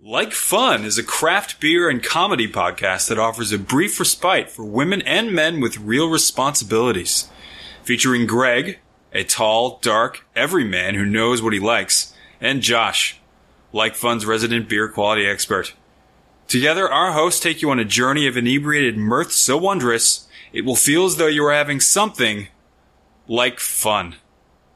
Like Fun is a craft beer and comedy podcast that offers a brief respite for women and men with real responsibilities. Featuring Greg, a tall, dark everyman who knows what he likes, and Josh, Like Fun's resident beer quality expert. Together, our hosts take you on a journey of inebriated mirth so wondrous, it will feel as though you are having something like fun.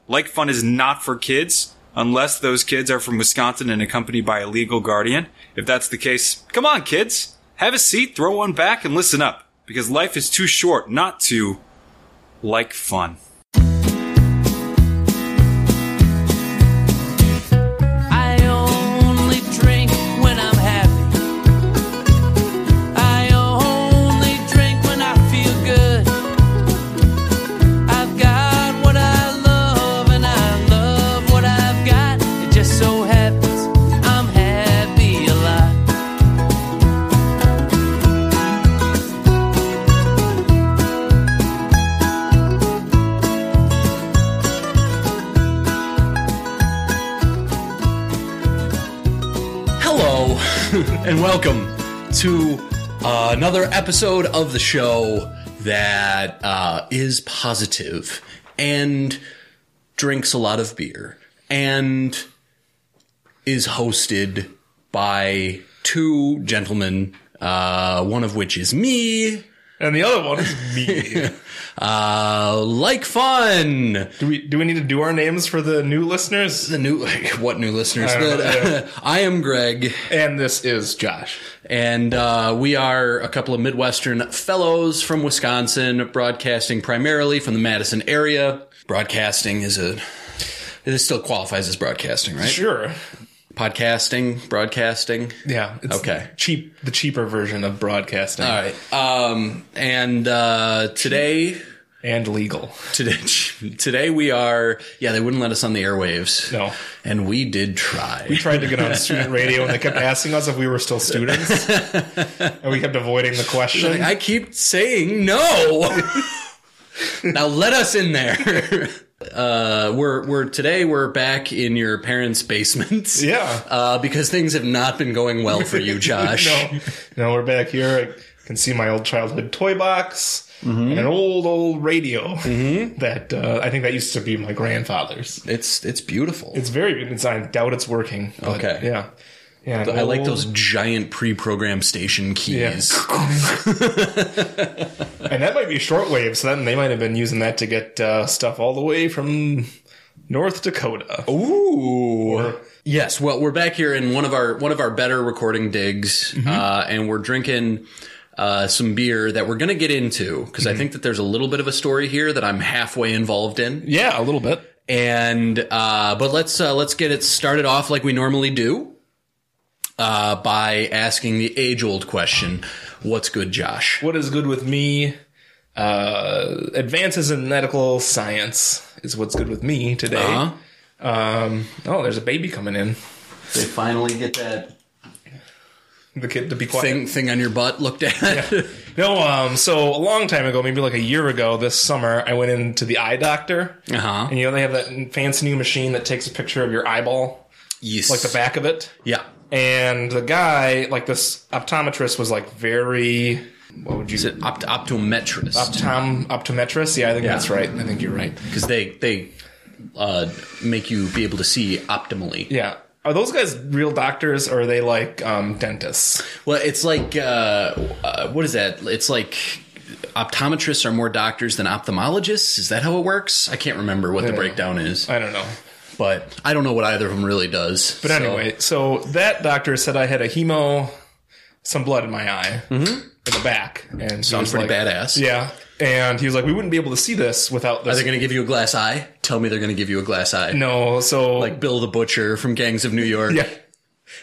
Like Fun is not for kids unless those kids are from Wisconsin and accompanied by a legal guardian. If that's the case, come on, kids. Have a seat, throw one back, and listen up because life is too short not to like fun. I only drink when I'm happy. I only drink when I feel good. I've got what I love and I love what I've got. It just so happens I'm happy a lot. Hello, and welcome to uh, another episode of the show that uh, is positive and drinks a lot of beer and is hosted by two gentlemen, uh, one of which is me. And the other one is me. Uh, like fun. do we do we need to do our names for the new listeners? The new, what new listeners? I don't The- I am Greg. And this is Josh. And uh, we are a couple of Midwestern fellows from Wisconsin, broadcasting primarily from the Madison area. Broadcasting is a. This still qualifies as broadcasting, right? Sure. Podcasting, broadcasting. Yeah. It's Okay. Cheap. The cheaper version of broadcasting All right. Um, and uh, today, and legal. today, today we are. Yeah, they wouldn't let us on the airwaves. No. And we did try. We tried to get on student radio, and they kept asking us if we were still students, and we kept avoiding the question. I keep saying no. now let us in there. Uh, we're we're today we're back in your parents' basements. Yeah. Uh, because things have not been going well for you, Josh. no, no, we're back here. I can see my old childhood toy box. Mm-hmm. And an old, old radio that uh, I think that used to be my grandfather's. It's it's beautiful. It's very, it's, I doubt it's working. but Okay. Yeah. Yeah. an I like old- those giant pre-programmed station keys. And that might be shortwave, so then they might have been using that to get uh, stuff all the way from North Dakota. Ooh. Yes. Well, we're back here in one of our one of our better recording digs, Mm-hmm. uh, and we're drinking uh, some beer that we're going to get into because Mm-hmm. I think that there's a little bit of a story here that I'm halfway involved in. Yeah, a little bit. And uh, but let's uh, let's get it started off like we normally do uh, by asking the age old question: What's good, Josh? What is good with me? Uh, advances in medical science is what's good with me today. Huh? Um, oh, there's a baby coming in. They finally get that The kid to be quiet. thing thing on your butt looked at. No, um, so a long time ago, maybe like a year ago this summer, I went into the eye doctor. Uh-huh. And you know, they have that fancy new machine that takes a picture of your eyeball, Yes. like the back of it. Yeah. And the guy, like this optometrist, was like very. What would you say? Opt- optometrist. Optom, optometrist? Yeah, I think Yeah. that's right. I think you're right. because they they uh, make you be able to see optimally. Yeah. Are those guys real doctors or are they like um, dentists? Well, it's like uh, uh, what is that? It's like optometrists are more doctors than ophthalmologists. Is that how it works? I can't remember what the Yeah. breakdown is, I don't know. but I don't know what either of them really does. But anyway, so that doctor said I had a hemo, some blood in my eye, in the back. And Mm-hmm. sounds pretty like, badass. Yeah. And he was like, we wouldn't be able to see this without Are this. they going to give you a glass eye? Tell me they're going to give you a glass eye. no, so. Like Bill the Butcher from Gangs of New York. yeah.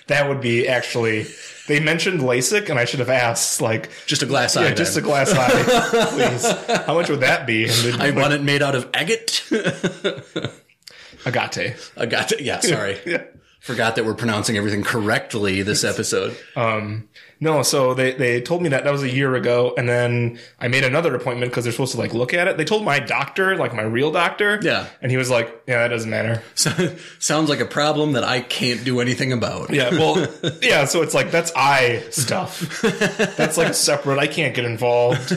That would be actually. They mentioned LASIK, and I should have asked, like, Just a glass eye. Yeah, just a glass eye, please. How much would that be? And they'd be I like, want it made out of agate. agate. agate. Yeah, sorry. Yeah. Forgot that we're pronouncing everything correctly this episode. No, so they, they told me that that was a year ago, and then I made another appointment because they're supposed to like look at it. They told my doctor, like my real doctor, Yeah. and he was like, "Yeah, that doesn't matter." So, sounds like a problem that I can't do anything about. Yeah, well, yeah. So it's like that's eye stuff. That's like separate. I can't get involved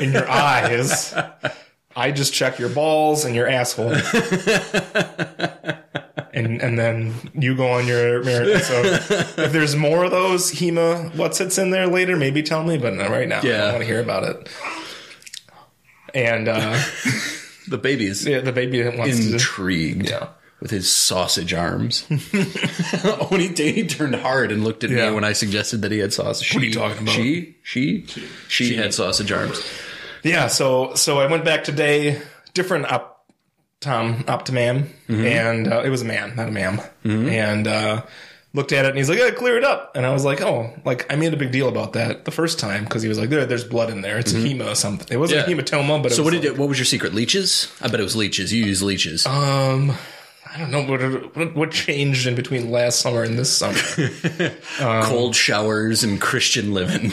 in your eyes. I just check your balls and your asshole, and and then you go on your merit. So if there's more of those Hema what's it's in there later, maybe tell me. But not right now. I Yeah. don't want to hear about it. And uh, The baby's yeah, the baby wants to. intrigued with his sausage arms. when he, he turned hard and looked at Yeah. me when I suggested that he had sausage. She, What are you talking about? She, she, she, had sausage arms. Yeah, so so I went back today, different op, Tom Optimam, Mm-hmm. and uh, it was a man, not a ma'am, and uh, looked at it and he's like, "Yeah, clear it up," and I was like, "Oh, like I made a big deal about that the first time because he was like, there, there's blood in there, it's a hema or something. It wasn't Mm-hmm. Yeah. a hematoma, but it So was what did like, you, what was your secret? Leeches? I bet it was leeches. You use leeches. um." I don't know what, what what changed in between last summer and this summer. um, Cold showers and Christian living.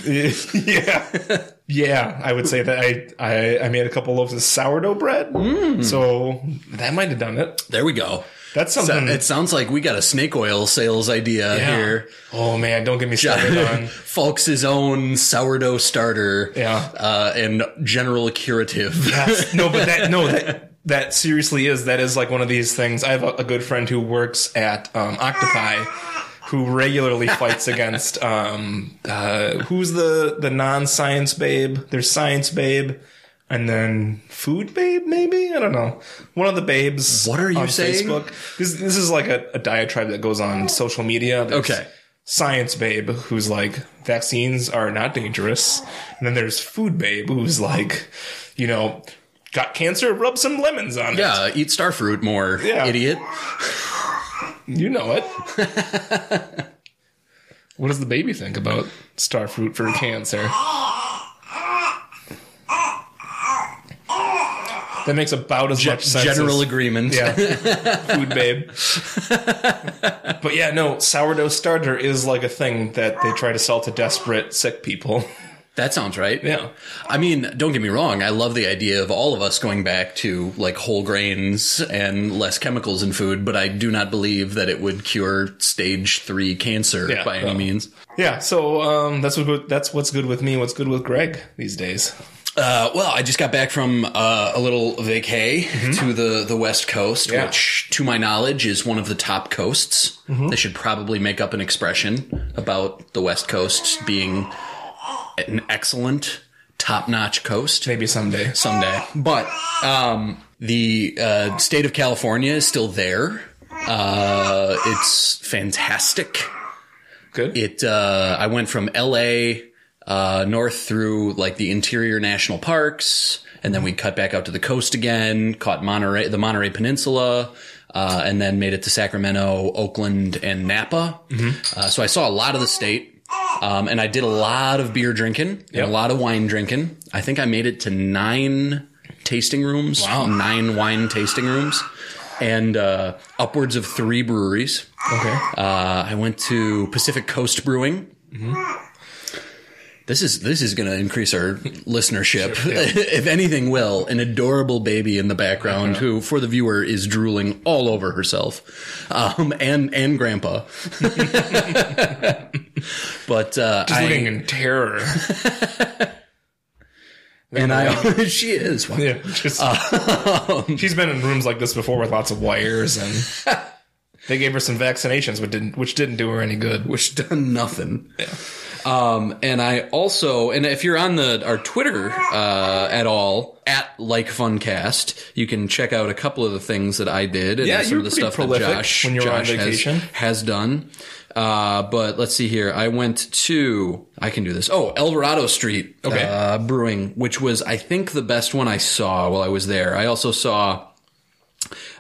yeah, yeah, I would say that I, I I made a couple loaves of sourdough bread, so that might have done it. There we go. That's Mm. So something. it sounds like we got a snake oil sales idea Yeah. here. Oh man, don't get me started on. Falk's own sourdough starter, Yeah. uh, and general curative. Yes. No, but that no that that seriously is that is like one of these things. I have a, a good friend who works at um, Octopi, who regularly fights against um uh, who's the the non science babe? There's science babe. And then food babe, maybe I don't know. One of the babes. What are you on saying? Facebook. This this is like a, a diatribe that goes on social media. There's- Okay. science babe who's like vaccines are not dangerous and then there's food babe who's like you know got cancer rub some lemons on it Yeah, eat starfruit more, Yeah. idiot. you know it what does the baby think about star fruit for cancer that makes about as much sense as- General agreement. Yeah. Food babe. but yeah, no, sourdough starter is like a thing that they try to sell to desperate sick people. That sounds right. Yeah. I mean, don't get me wrong. I love the idea of all of us going back to like whole grains and less chemicals in food, but I do not believe that it would cure stage three cancer Yeah. by any Oh. means. Yeah, so um, that's what good, that's what's good with me. What's good with Greg these days? Uh, well, I just got back from uh, a little vacay to the, the West Coast, Mm-hmm. Yeah. which, to my knowledge, is one of the top coasts. Mm-hmm. They should probably make up an expression about the West Coast being an excellent, top notch coast Maybe someday. someday. But um, the uh, state of California is still there. Uh, it's fantastic. Good. It. Uh, I went from L.A. Uh, north through like the interior national parks, and then we cut back out to the coast again. Caught Monterey, the Monterey Peninsula. Uh, and then made it to Sacramento, Oakland, and Napa. Uh, so I saw a lot of the state, um, and I did a lot of beer drinking and Yep. a lot of wine drinking. I think I made it to nine tasting rooms, nine wine tasting rooms, and uh, upwards of three breweries. Okay. Uh, I went to Pacific Coast Brewing. Mm-hmm. This is this is going to increase our listenership, if anything will. An adorable baby in the background who, for the viewer, is drooling all over herself, um, and and grandpa. but uh, Just I- looking in terror. and I she is wow. yeah. Just, Uh, she's been in rooms like this before with lots of wires, and they gave her some vaccinations, which didn't which didn't do her any good. which done nothing. Um, and I also, and if you're on the our Twitter uh, at all at like Funcast, you can check out a couple of the things that I did and Yeah, some of you were the pretty stuff that prolific Josh when you were on Josh has- vacation. has, done. Uh, but let's see here. I went to I can do this. Oh, Eldorado Street Okay. uh, Brewing, which was I think the best one I saw while I was there. I also saw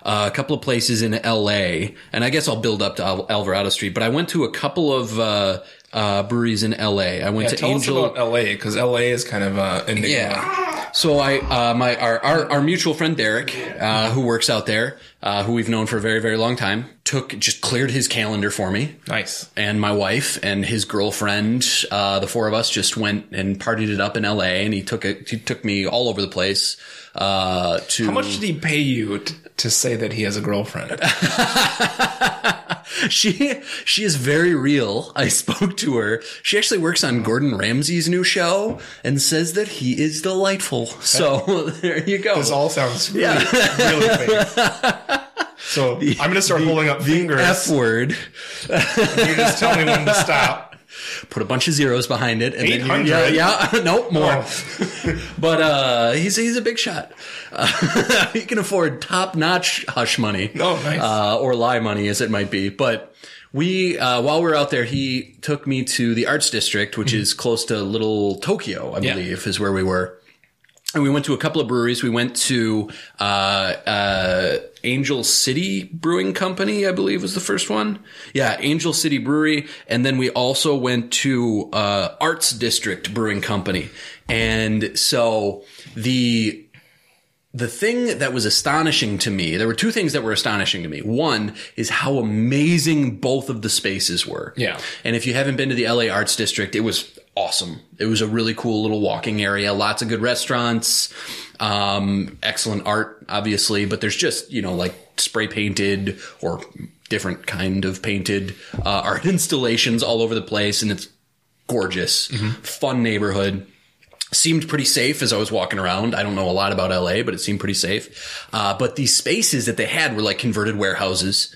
uh, a couple of places in LA, and I guess I'll build up to Al- Alvarado Street. But I went to a couple of uh, uh, breweries in LA. I went to Tell Angel. us about LA because LA is kind of uh, enigma. yeah. So I, uh, my, our, our, our mutual friend Derek, uh, who works out there, uh, who we've known for a very, very long time, took, just cleared his calendar for me Nice. and my wife and his girlfriend, uh, the four of us just went and partied it up in LA and he took it, he took me all over the place, uh, to. How much did he pay you t- to say that he has a girlfriend? she she is very real. I spoke to her. She actually works on Gordon Ramsay's new show and says that he is delightful. So there you go. This all sounds really, really fake. So I'm gonna start holding up fingers. F word. You just tell me when to stop. Put a bunch of zeros behind it. and then you- 800? yeah, yeah. nope, more. Oh. But uh, he's he's a big shot. Uh, he can afford top notch hush money. Oh, nice. Uh, or lie money, as it might be. But we, uh, while we were out there, he took me to the arts district, which is close to Little Tokyo, I Yeah. believe, is where we were. And we went to a couple of breweries. We went to uh, uh, Angel City Brewing Company, I believe, was the first one. Yeah, Angel City Brewery, and then we also went to uh, Arts District Brewing Company. And so the the thing that was astonishing to me, there were two things that were astonishing to me. One is how amazing both of the spaces were. Yeah. And if you haven't been to the LA Arts District, it was awesome. It was a really cool little walking area, lots of good restaurants, um, excellent art, obviously, but there's just, you know, like spray painted or different kind of painted uh, art installations all over the place. And it's gorgeous, fun neighborhood seemed pretty safe as I was walking around. I don't know a lot about LA, but it seemed pretty safe. Uh, but these spaces that they had were like converted warehouses,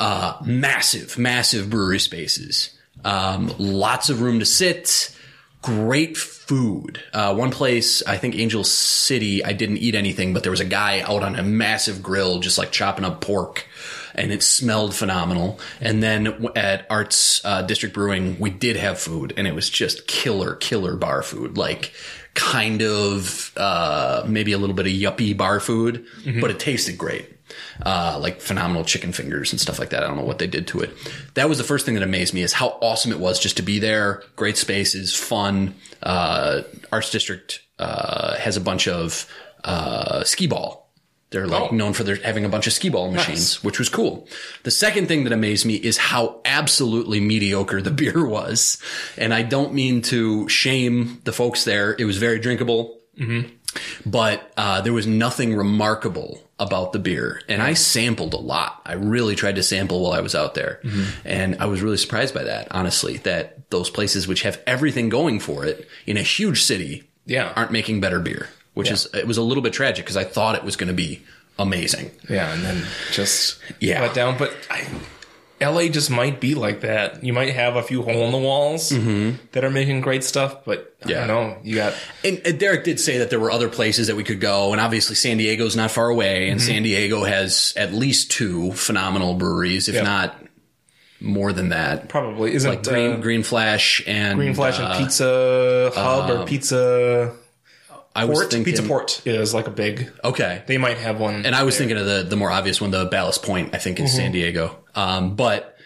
uh, massive, massive brewery spaces, um, lots of room to sit, great food. Uh, one place, I think Angel City, I didn't eat anything, but there was a guy out on a massive grill just like chopping up pork. And it smelled phenomenal. And then w- at Arts uh, District Brewing, we did have food, and it was just killer, killer bar food. Like kind of uh, maybe a little bit of yuppie bar food, but it tasted great. Uh, like phenomenal chicken fingers and stuff like that. I don't know what they did to it. That was the first thing that amazed me is how awesome it was just to be there. Great spaces, fun. Uh, Arts District uh, has a bunch of uh, skee ball. They're like known for their having a bunch of skee ball machines, which was cool. The second thing that amazed me is how absolutely mediocre the beer was. And I don't mean to shame the folks there. It was very drinkable, but uh, there was nothing remarkable about the beer. And I sampled a lot. I really tried to sample while I was out there. And I was really surprised by that, honestly, that those places which have everything going for it in a huge city Yeah. aren't making better beer, which is, it was a little bit tragic because I thought it was going to be amazing. Yeah, and then just Yeah. let down. But I, LA just might be like that. You might have a few hole in the walls that are making great stuff, but Mm-hmm. Yeah. I don't know. You got And, and Derek did say that there were other places that we could go, and obviously San Diego's not far away, and San Diego has at least two phenomenal breweries, if Yep. not more than that. probably isn't Like Green, uh, Green Flash and Green Flash uh, and Pizza Hub or Pizza I was Port. thinking- pizza Port is like a big. Okay. They might have one. and I was thinking of the the more obvious one, the Ballast Point, I think, Mm-hmm. in San Diego. Um, but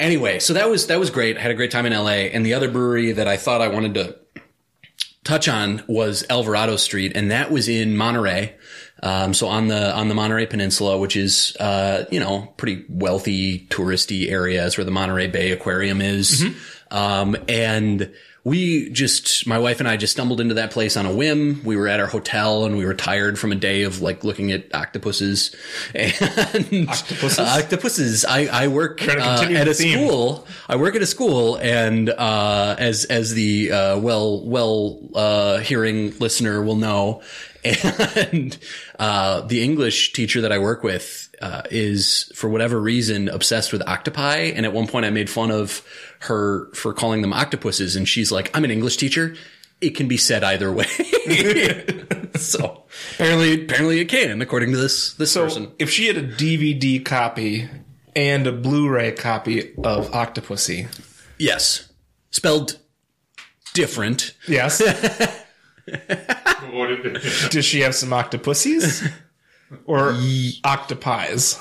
anyway, so that was that was great. I had a great time in LA. And the other brewery that I thought I wanted to touch on was Alvarado Street, and that was in Monterey. Um, so on the on the Monterey Peninsula, which is uh, you know pretty wealthy touristy area, is where the Monterey Bay Aquarium is. Mm-hmm. Um, and we just my wife and I just stumbled into that place on a whim. We were at our hotel and we were tired from a day of like looking at octopuses and octopuses. Uh, octopuses. I I work Trying to continue uh, at the a theme. school school. I work at a school, and uh, as as the uh, well well uh, hearing listener will know, and uh, the English teacher that I work with uh, is for whatever reason obsessed with octopi. And at one point, I made fun of her for calling them octopuses, and she's like, "I'm an English teacher." It can be said either way. so apparently, apparently it can, according to this this person. if she had a DVD copy and a Blu-ray copy of Octopussy, Yes, spelled different. yes, What did it- does she have some octopussies or octopies?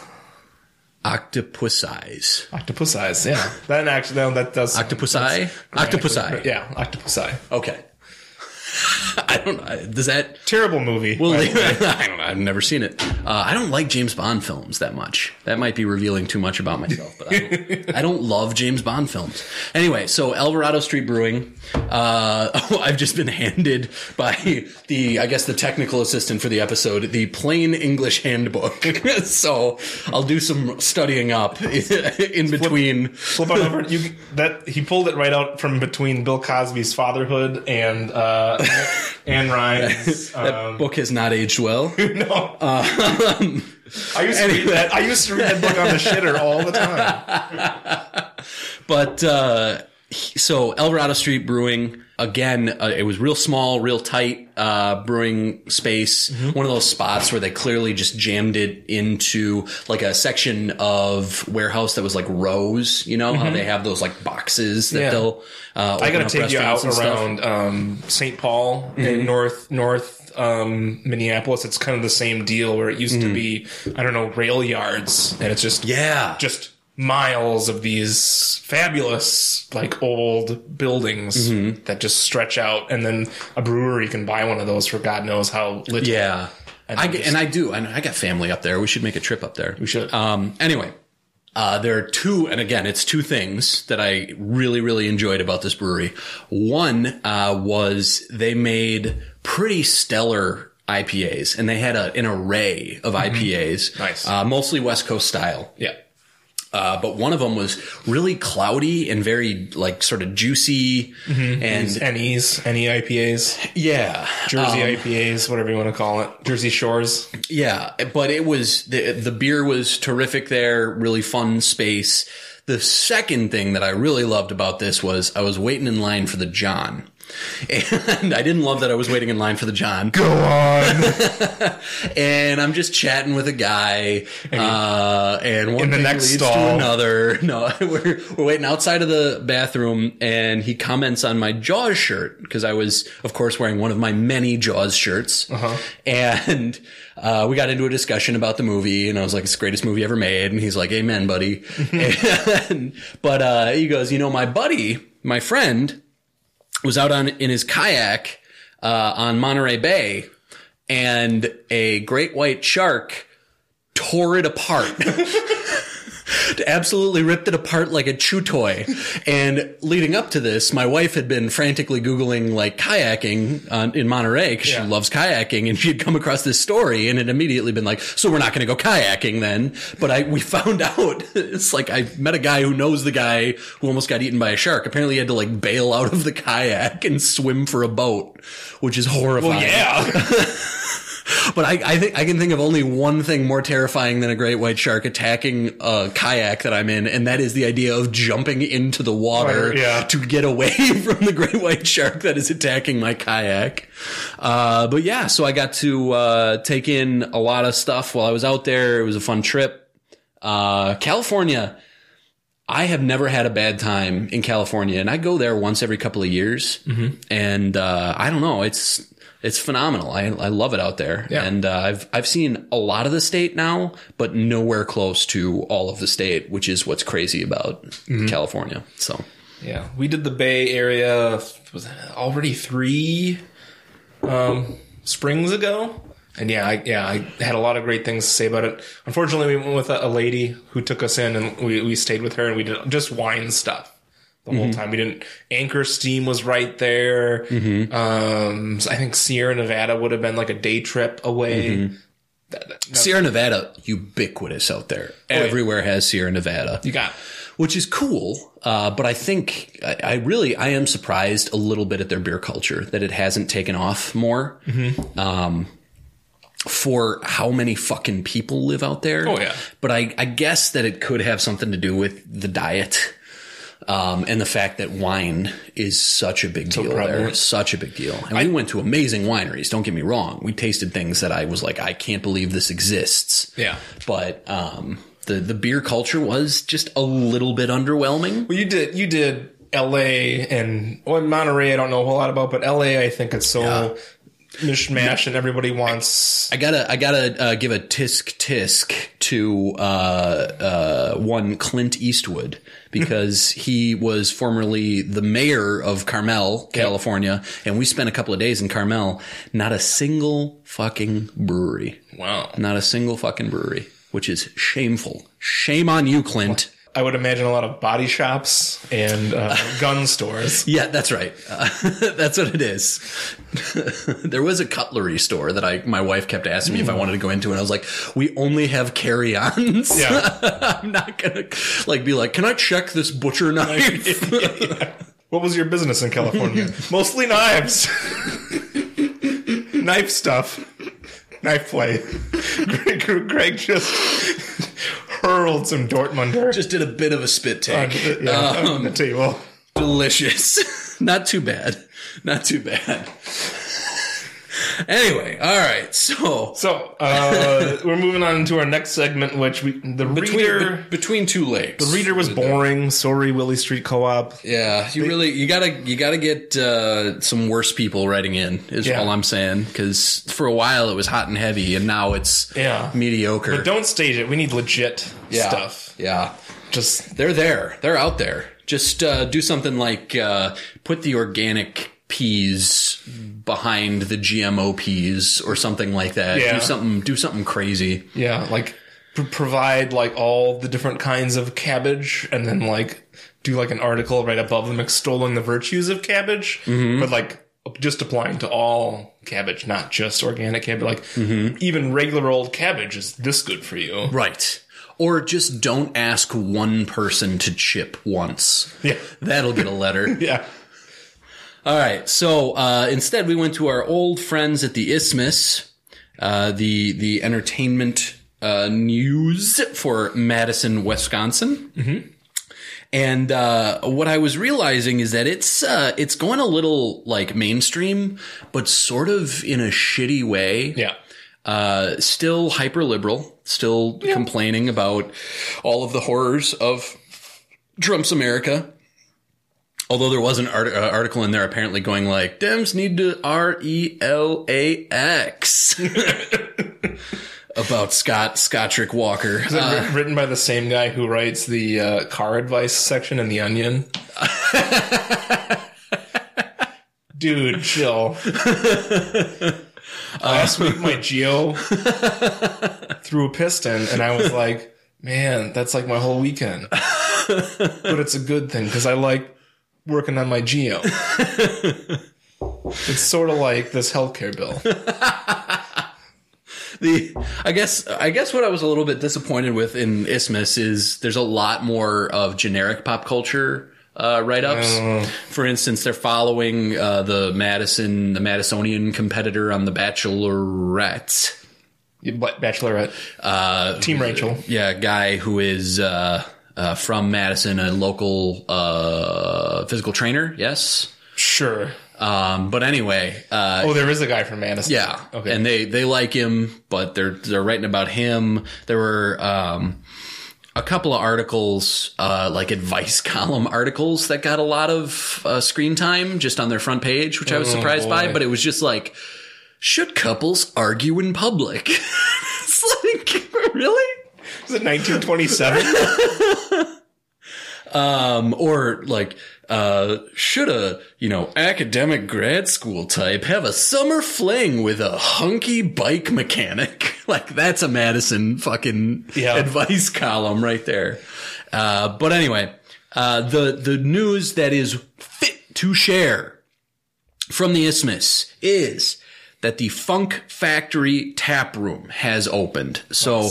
Octopus eyes. Octopus eyes, yeah. That actually, no, that does Octopus eye? Octopus eye. Yeah, octopus eye. Okay. I don't. I- Does that? Terrible movie. Well, by the way. I don't know. I've never seen it. Uh, I don't like James Bond films that much. That might be revealing too much about myself, but I don't, I don't love James Bond films. Anyway, so Alvarado Street Brewing. Uh, I've just been handed by the, I guess, the technical assistant for the episode, the plain English handbook. so I'll do some studying up in between. Flip on over. You that he pulled it right out from between Bill Cosby's Fatherhood and uh, Anne Ryan's. Um, Book has not aged well. no. I used to read that. I used to read that book on the shitter all the time. But uh, he- so Elverado Street Brewing again. Uh, it was real small, real tight uh, brewing space. Mm-hmm. One of those spots where they clearly just jammed it into like a section of warehouse that was like rows. You know how they have those like boxes that Mm-hmm. Yeah. they'll. Uh, I open gotta up take you restaurants out and stuff. Mm-hmm. around um, St. Paul in North North um, Minneapolis. It's kind of the same deal where it used to be. I don't know rail yards, and it's just Mm-hmm. Yeah. just miles of these fabulous like old buildings Mm-hmm. that just stretch out and then a brewery can buy one of those for god knows how little Yeah. And I then get- just- and I do. And I got family up there. We should make a trip up there. We should. Um, anyway, uh, there are two, and again, it's two things that I really, really enjoyed about this brewery. One uh, was they made pretty stellar IPAs, and they had a, an array of IPAs, Mm-hmm. Nice. uh, mostly West Coast style. yeah Uh, but one of them was really cloudy and very like sort of juicy, Mm-hmm. and ne's any ipas yeah, jersey Um, ipas whatever you want to call it jersey shores Yeah, but it was the the beer was terrific there, really fun space. The second thing that I really loved about this was I was waiting in line for the John. And I didn't love that I was waiting in line for the John. Go on. and I'm just chatting with a guy, uh, and one In the thing next leads to stall. another. No, we're we're waiting outside of the bathroom, and he comments on my Jaws shirt because I was, of course, wearing one of my many Jaws shirts. Uh-huh. And uh, we got into a discussion about the movie, and I was like, "It's the greatest movie ever made," and he's like, "Amen, buddy." and, but uh, he goes, "You know, my buddy, my friend." was out on in his kayak uh, on Monterey Bay, and a great white shark tore it apart. Absolutely ripped it apart like a chew toy. And leading up to this, my wife had been frantically Googling like kayaking on, in Monterey because Yeah. she loves kayaking and she had come across this story and had immediately been like, so we're not going to go kayaking then. But I, we found out it's like I met a guy who knows the guy who almost got eaten by a shark. Apparently he had to like bail out of the kayak and swim for a boat, which is horrifying. yeah But I, I think I can think of only one thing more terrifying than a great white shark attacking a kayak that I'm in, and that is the idea of jumping into the water Water, yeah. to get away from the great white shark that is attacking my kayak. Uh, but yeah, so I got to uh, take in a lot of stuff while I was out there. It was a fun trip. Uh, California. I have never had a bad time in California, and I go there once every couple of years. Mm-hmm. And uh, I don't know, it's it's phenomenal. I, I love it out there, Yeah. and uh, I've I've seen a lot of the state now, but nowhere close to all of the state, which is what's crazy about Mm-hmm. California. So yeah we did the bay area was that already three um springs ago and yeah I, yeah i had a lot of great things to say about it unfortunately we went with a, a lady who took us in and we, we stayed with her and we did just wine stuff the whole time. We didn't anchor steam was right there. Um, so I think Sierra Nevada would have been like a day trip away. That- that- that- Sierra Nevada, ubiquitous out there. Oh, yeah. Everywhere has Sierra Nevada. you got which is cool. Uh, but I think I, I really I am surprised a little bit at their beer culture that it hasn't taken off more. Um, for how many fucking people live out there? Oh, yeah. But I, I guess that it could have something to do with the diet. Um, and the fact that wine is such a big deal there, prevalent. It's such a big deal. And we went to amazing wineries. Don't get me wrong. We tasted things that I was like, I can't believe this exists yeah. but um, the the beer culture was just a little bit underwhelming. Well, you did you did L.A. and well, Monterey. I don't know a whole lot about, but L.A. I think it's so mishmash, and everybody wants. I gotta, I gotta uh, give a tisk tisk to uh, uh, one Clint Eastwood because he was formerly the mayor of Carmel, California, and we spent a couple of days in Carmel. Not a single fucking brewery, Wow. not a single fucking brewery, which is shameful. Shame on you, Clint. I would imagine a lot of body shops and uh, gun stores. Yeah, that's right. Uh, that's what it is. there was a cutlery store that I my wife kept asking Hmm. me if I wanted to go into, and I was like, "We only have carry-ons. Yeah. I'm not gonna like be like, can I check this butcher knife? What was your business in California? Mostly knives, knife stuff, knife play. Greg, Greg just hurled some Dortmunder Just did a bit of a spit on, take. the, yeah, on the table. Delicious. Not too bad. Not too bad. anyway, all right. So So uh, we're moving on to our next segment, which we the reader. between, between two lakes, the reader was boring. Sorry, Willie Street Co-op. Yeah, you really you gotta you gotta get uh, some worse people writing in is Yeah. all I'm saying because for a while it was hot and heavy and now it's Yeah. mediocre. But don't stage it. We need legit yeah. stuff. Yeah, Just they're there. They're out there. Just uh, do something like uh, put the organic peas behind the GMO peas or something like that. Yeah. Do something. Do something crazy. yeah, like pr- provide like all the different kinds of cabbage, and then like do like an article right above them extolling the virtues of cabbage, but like just applying to all cabbage, not just organic cabbage. Like even regular old cabbage is this good for you. Right. Or just don't ask one person to chip once. Yeah. That'll get a letter. Yeah. All right. So uh, instead, we went to our old friends at the Isthmus, uh, the the entertainment uh, news for Madison, Wisconsin. Mm-hmm. And uh, what I was realizing is that it's uh, it's going a little like mainstream, but sort of in a shitty way Yeah. uh, still hyper liberal, still complaining about all of the horrors of Trump's America. Although there was an art- uh, article in there apparently going like, Dems need to R E L A X about Scott Scottrick Walker. Uh, Wri- written by the same guy who writes the uh, car advice section in The Onion. Dude, chill. Uh. Last week, my Geo threw a piston, and I was like, man, that's like my whole weekend. But it's a good thing because I like working on my Geo. It's sort of like this healthcare bill. the I guess I guess what I was a little bit disappointed with in Isthmus is there's a lot more of generic pop culture uh, write ups. For instance, they're following uh, the Madison the Madisonian competitor on The Bachelorette. But Bachelorette, uh, Team Rachel. Yeah, guy who is uh, uh, from Madison, a local uh, physical trainer. Yes. Sure. Um, but anyway, uh, Oh, there is a guy from Madison. Yeah. Okay. And they they like him, but they're they're writing about him. There were um, a couple of articles, uh, like advice column articles, that got a lot of uh, screen time just on their front page, which I was surprised by. Oh, boy. But it was just like, should couples argue in public? it's like really. Is it 1927? Um, or like, uh, should a, you know, academic grad school type have a summer fling with a hunky bike mechanic? like that's a Madison fucking Yeah. advice column right there. Uh, but anyway, uh, the, the news that is fit to share from the Isthmus is that the Funk Factory tap room has opened. So,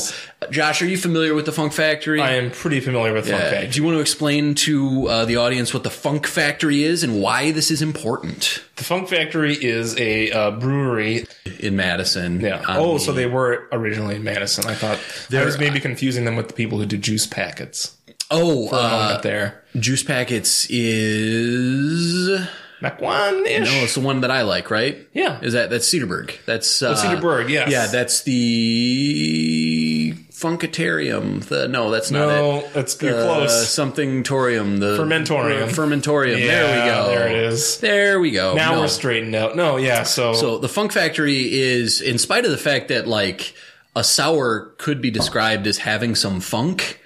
Josh, are you familiar with the Funk Factory? I am pretty familiar with Funk Uh, Factory. do you want to explain to uh, the audience what the Funk Factory is and why this is important The Funk Factory is a uh, brewery. in Madison? Yeah. Um, oh, so they were originally in Madison. I thought I was maybe confusing them with the people who do juice packets. oh, Uh, uh, there, Juice Packets is Mac one no, ish. it's the one that I like, right? Yeah. Oh, Is that that's Cedarburg? That's uh, Cedarburg, yes. Yeah, that's the Funkatarium. The no, that's not No, it. Uh, it's- you're The close. Something torium. The Fermentorium. uh, fermentorium. there we Yeah, go. there it is. There we go. Now No. we're straightened out. No, yeah. So, So the Funk Factory is, in spite of the fact that like a sour could be described as having some funk,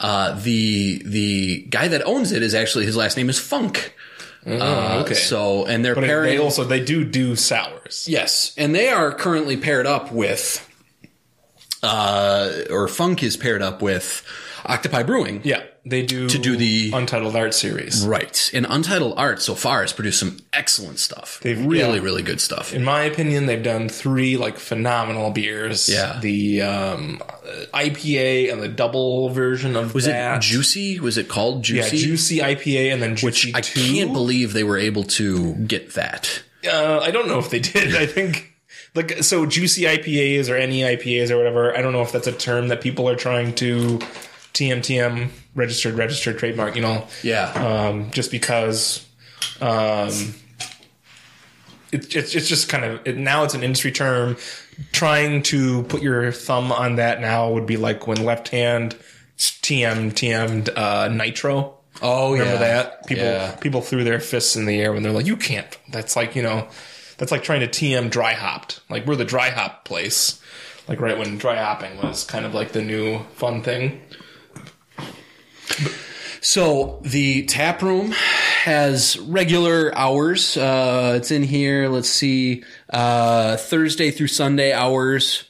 uh, the the guy that owns it is actually his last name is Funk. Uh, Oh, okay. So and they're but pairing. they also they do do sours. Yes, and they are currently paired up with, uh, or Funk is paired up with Octopi Brewing. Yeah, they do To do the- Untitled Art series. Right. And Untitled Art so far has produced some excellent stuff. They've- really, yeah. really good stuff. In my opinion, they've done three like phenomenal beers. Yeah. the um, IPA and the double version of Was that. it Juicy? Was it called Yeah, Juicy? juicy IPA and then juicy I two. can't believe they were able to get that. Uh, I don't know if they did. I think like so juicy IPAs or any IPAs or whatever. I don't know if that's a term that people are trying to TMTM registered registered trademark. You know, Yeah. um, just because um, it, it's it's just kind of it, now it's an industry term. Trying to put your thumb on that now would be like when left hand TM TM'd uh, nitro. oh, Remember that people Yeah. people threw their fists in the air when they're like, "You can't." That's like you know, that's like trying to TM dry hopped. Like we're the dry hop place. Like right when dry hopping was kind of like the new fun thing. So the tap room has regular hours. Uh, it's in here. Let's see, uh, Thursday through Sunday hours.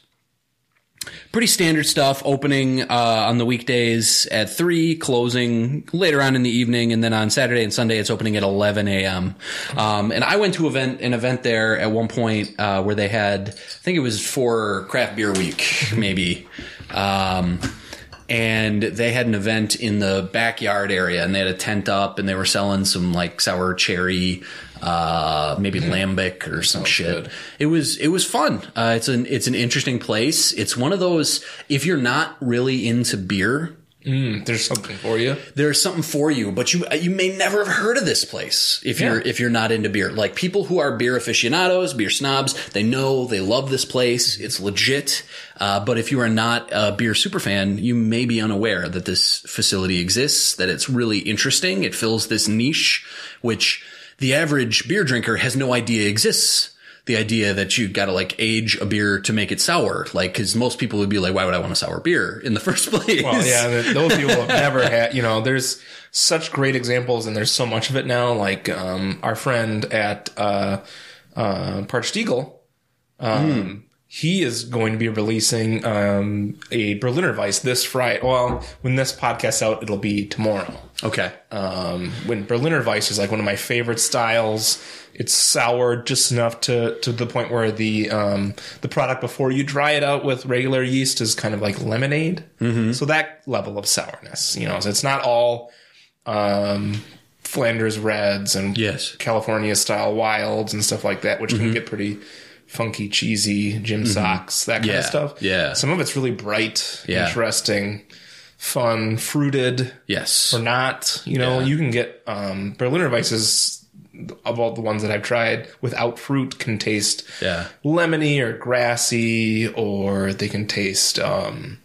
Pretty standard stuff. Opening uh, on the weekdays at three, closing later on in the evening, and then on Saturday and Sunday it's opening at eleven a.m. Um, and I went to event an event there at one point uh, where they had, I think it was for Craft Beer Week, maybe. Um, and they had an event in the backyard area and they had a tent up and they were selling some like sour cherry uh maybe lambic or some shit it was it was fun uh it's an it's an interesting place it's one of those if you're not really into beer There's something for you. there's something for you, but you you may never have heard of this place if you're if you're not into beer. Like people who are beer aficionados, beer snobs, they know they love this place. It's legit. Uh, but if you are not a beer superfan, you may be unaware that this facility exists. That it's really interesting. It fills this niche, which the average beer drinker has no idea exists. The idea that you gotta like age a beer to make it sour, like, cause most people would be like, why would I want a sour beer in the first place? Well, yeah, th- those people have never had. You know, there's such great examples, and there's so much of it now. Like um, our friend at uh, uh, Parched Eagle, um, he is going to be releasing um, a Berliner Weiss this Friday. Well, when this podcast's out, it'll be tomorrow. Okay. Uh, Um, when Berliner Weiss is like one of my favorite styles. It's sour just enough to to the point where the um, the product before you dry it out with regular yeast is kind of like lemonade. Mm-hmm. So that level of sourness, you know, so it's not all um, Flanders reds and Yes. Mm-hmm. California style wilds and stuff like that, which can get pretty funky, cheesy, gym socks, that kind Yeah, of stuff. yeah. some of it's really bright, Yeah. interesting, fun, fruited Yes. or not. You know, Yeah. you can get um, Berliner Weisses of all the ones that I've tried without fruit can taste Yeah. lemony or grassy, or they can taste um,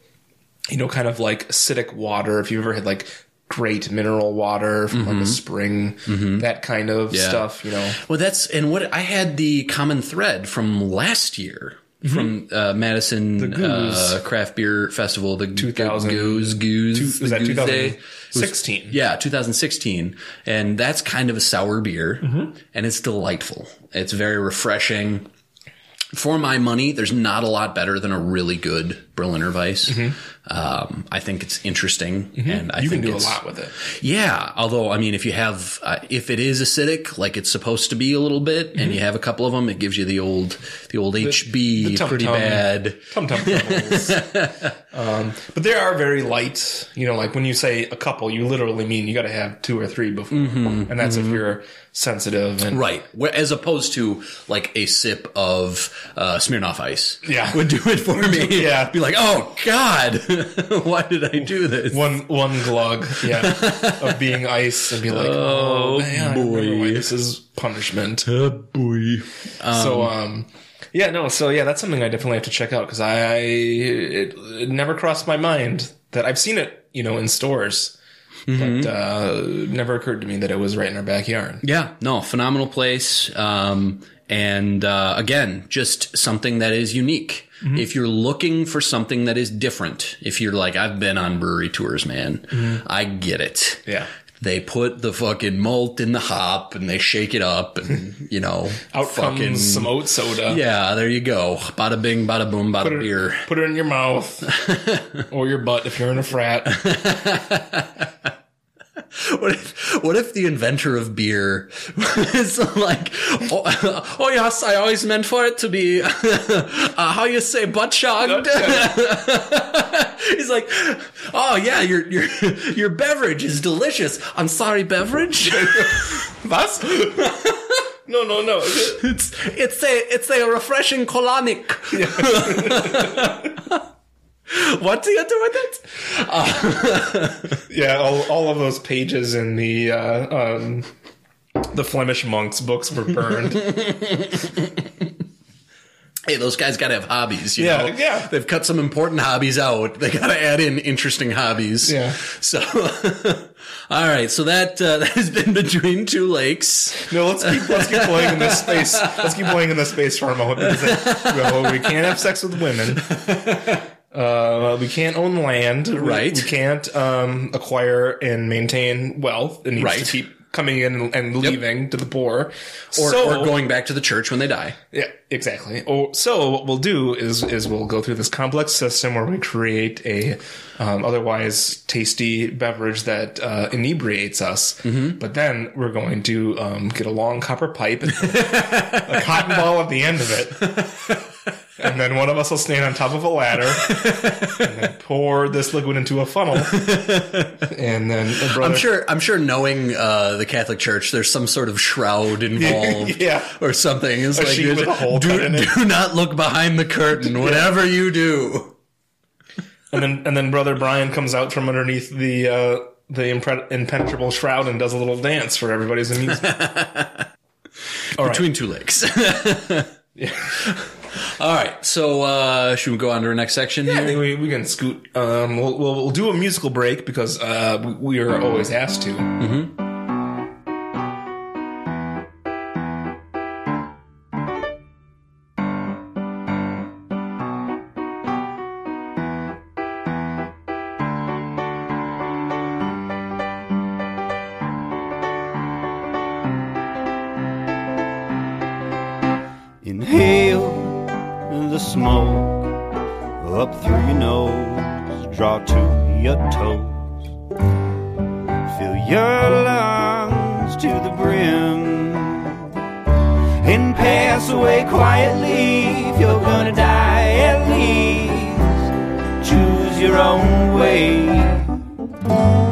you know kind of like acidic water. If you've ever had like great mineral water from Mm-hmm. like a spring, that kind of stuff. You know, Well, that's and what I had the common thread from last year Mm-hmm. from uh, Madison uh, Craft Beer Festival, the 2000 Goose Goose. the was that Goose Day. 2016? Yeah, 2016, and that's kind of a sour beer, Mm-hmm. and it's delightful. It's very refreshing. For my money, there's not a lot better than a really good Berliner Weiss. Um, I think it's interesting, and I Mm-hmm. You can think do a it's- lot with it. yeah, although I mean, if you have, uh, if it is acidic, like it's supposed to be a little bit, and you have a couple of them, it gives you the old, the old HB, pretty tum-tum. bad. Tum tum troubles. um, but they are very light. You know, like when you say a couple, you literally mean you got to have two or three before, and that's if you're sensitive and Mm-hmm. Right, Where- as opposed to like a sip of uh, Smirnoff Ice, Yeah. would do it for me. Yeah. be like, oh God, why did I do this? One one glug, yeah, of being ice and be like, oh, man, I remember boy. Oh, why this is punishment. Uh, boy. so um Yeah, no. So yeah, that's something I definitely have to check out because I it, it never crossed my mind that I've seen it, you know, in stores, but uh, Mm-hmm. never occurred to me that it was right in our backyard. Yeah, no, phenomenal place. Um, and uh, again, just something that is unique. Mm-hmm. If you're looking for something that is different, if you're like, I've been on brewery tours, man, I get it. Mm-hmm. Yeah. They put the fucking malt in the hop and they shake it up and, you know, Out fucking- comes some oat soda. Yeah, there you go. Bada bing, bada boom, bada it- beer. Put it in your mouth or your butt if you're in a frat. What if, what if the inventor of beer is like, oh, oh yes, I always meant for it to be, uh, how you say, butt chugged? He's like, oh yeah, your, your, your beverage is delicious. I'm sorry, beverage. Was? No, no, no. it's, it's a, it's a refreshing colonic. what do you do with it? Yeah, all, all of those pages in the uh, um, the Flemish monks books were burned. hey, those guys got to have hobbies. You Yeah, know? yeah. They've cut some important hobbies out. They got to add in interesting hobbies. Yeah. So, all right. So that uh, that has been between two lakes. No, let's keep let's keep playing in this space. Let's keep playing in this space for a moment. Because, like, well, we can't have sex with women. Uh, we can't own land. We- Right. We, can't um, acquire and maintain wealth. It needs Right. to keep coming in and leaving to the poor, Or, So- or going back to the church when they die. Yeah, exactly. Or, so what we'll do is is we'll go through this complex system where we create a um, otherwise tasty beverage that uh, inebriates us. Mm-hmm. But then we're going to um, get a long copper pipe and a cotton ball at the end of it. And then one of us will stand on top of a ladder and then pour this liquid into a funnel. And then a brother, I'm sure. I'm sure. Knowing uh, the Catholic Church, there's some sort of shroud involved, Yeah. or something. It's like, sheet with a hole cut do, in it." do not look behind the curtain. Whatever you do, and then and then brother Brian comes out from underneath the uh, the impre- impenetrable shroud and does a little dance for everybody's amusement. between two lakes. All right. So uh, should we go on to our next section? I here? think we, we can scoot. Um, we'll, we'll we'll do a musical break because uh, we- we are always asked to. Inhale the smoke up through your nose, draw to your toes. Fill your lungs to the brim and pass away quietly if you're gonna die at least. Choose your own way.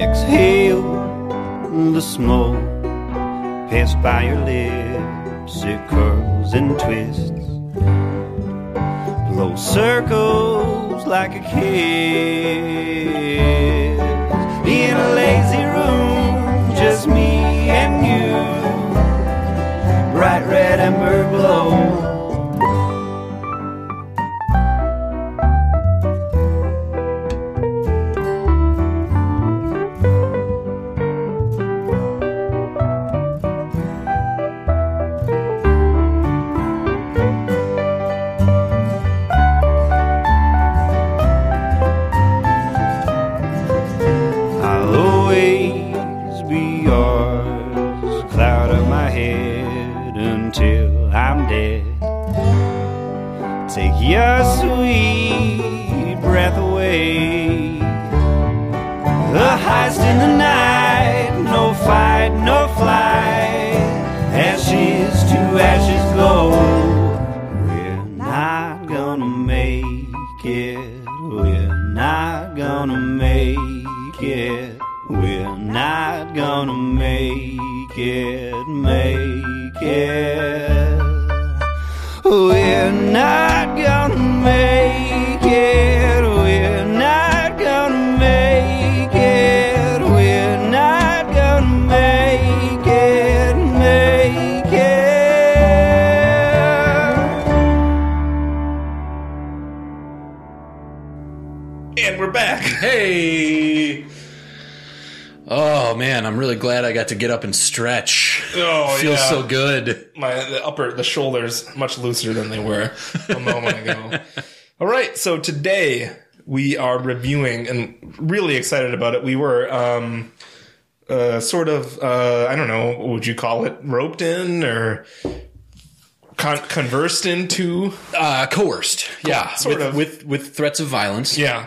Exhale the smoke, pass by your lips, it curls and twists. Blow circles like a kiss. In a lazy room, just me and you. Bright red ember glow. I'll always be yours. Cloud of my head until I'm dead. Take your sweet breath away. The heist in the night, no fight, no flight. Ashes to ashes go. We're not gonna make it. We're not gonna make it. We're not gonna make it, make it. We're not gonna make it. We're not gonna make it. We're not gonna make it. Make it. And we're back. Hey. Oh man, I'm really glad I got to get up and stretch. Oh, feels yeah. so good. my the upper the shoulders much looser than they were a moment ago. All right, so today we are reviewing and really excited about it. We were um uh sort of uh I don't know, what would you call it roped in or con- conversed into? Uh, coerced, yeah, Sort with, of. with with threats of violence. Yeah.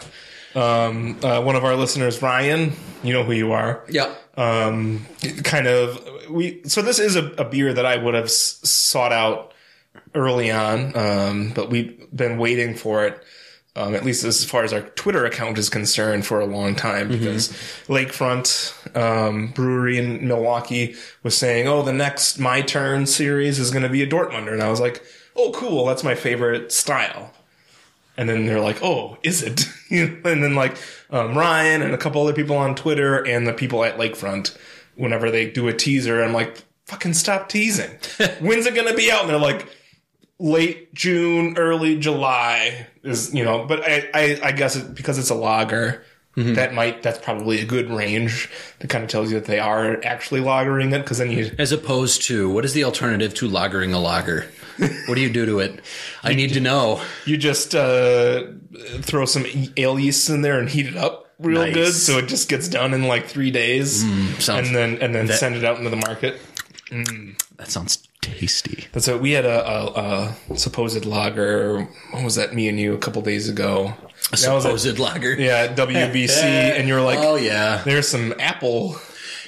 Um uh, one of our listeners Ryan, you know who you are. yeah. um, kind of we. So this is a, a beer that I would have s- sought out early on, um, but we've been waiting for it. Um, at least as far as our Twitter account is concerned, for a long time because Lakefront um, Brewery in Milwaukee was saying, "Oh, the next My Turn series is going to be a Dortmunder," and I was like, "Oh, cool! That's my favorite style." And then they're like, "Oh, is it?" You know, and then like um, Ryan and a couple other people on Twitter and the people at Lakefront, whenever they do a teaser, I'm like, "Fucking stop teasing! When's it gonna be out?" And they're like, "Late June, early July is you know." But I I, I guess it, because it's a lager, that might that's probably a good range that kind of tells you that they are actually lagering it because then you As opposed to what is the alternative to lagering a lager? What do you do to it? I need to know. you just uh, throw some e- ale yeast in there and heat it up real Nice. Hmm, good so it just gets done in like three days sounds- and then and then send it out into the market That sounds tasty. that's what we had a, a, a supposed lager what was that me and you a couple days A ago That was it. supposed lager. yeah at wbc and you were like oh yeah. there's some apple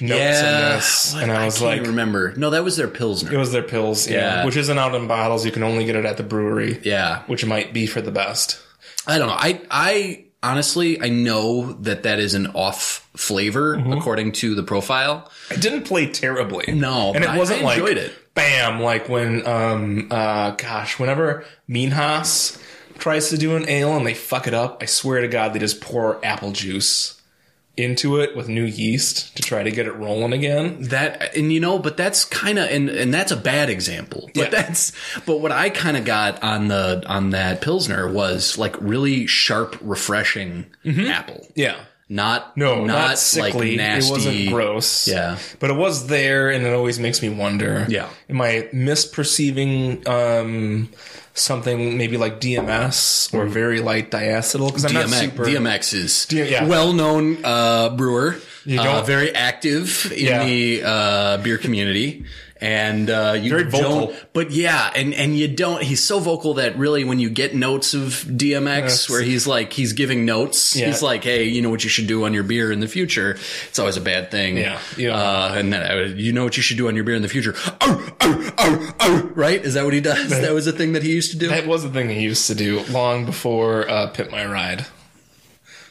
notes Yeah. in this What? and i was can't like even remember. No, that was their it pilsner. was their pills yeah. Yeah. which isn't out in bottles you can only get it at the brewery Yeah. which might be for the best I don't know. I I honestly I know that that is an off flavor Mm-hmm. according to the profile. It didn't play terribly. No, and but it I- wasn't I like enjoyed it. bam, like when um uh gosh, whenever Minhas tries to do an ale and they fuck it up, I swear to God they just pour apple juice into it with new yeast to try to get it rolling again. That and you know, but that's kind of and and that's a bad example. But Yeah. that's but what I kind of got on the on that pilsner was like really sharp, refreshing apple. Yeah. Not Mm-hmm. No, not, not, like sickly. nasty. It wasn't gross. Yeah. But it was there and it always makes me wonder. Yeah. Am I misperceiving um something maybe like DMS Mm. or very light diacetyl? Because I'm not DMX, super DMX is yeah. well-known uh, brewer, You uh, don't- very active in Yeah. the uh, beer community, and uh, you Very vocal. don't. But yeah, and and you don't. He's so vocal that really, when you get notes of DMX, where he's like he's giving notes, Yeah. he's like, hey, you know what you should do on your beer in the future. It's always a bad thing. Yeah. Yeah. Uh, and then uh, you know what you should do on your beer in the future. Oh, oh, oh, oh. Right? Is that what he does? That was a thing that he used to do. That was the thing he used to do long before uh, Pit My Ride.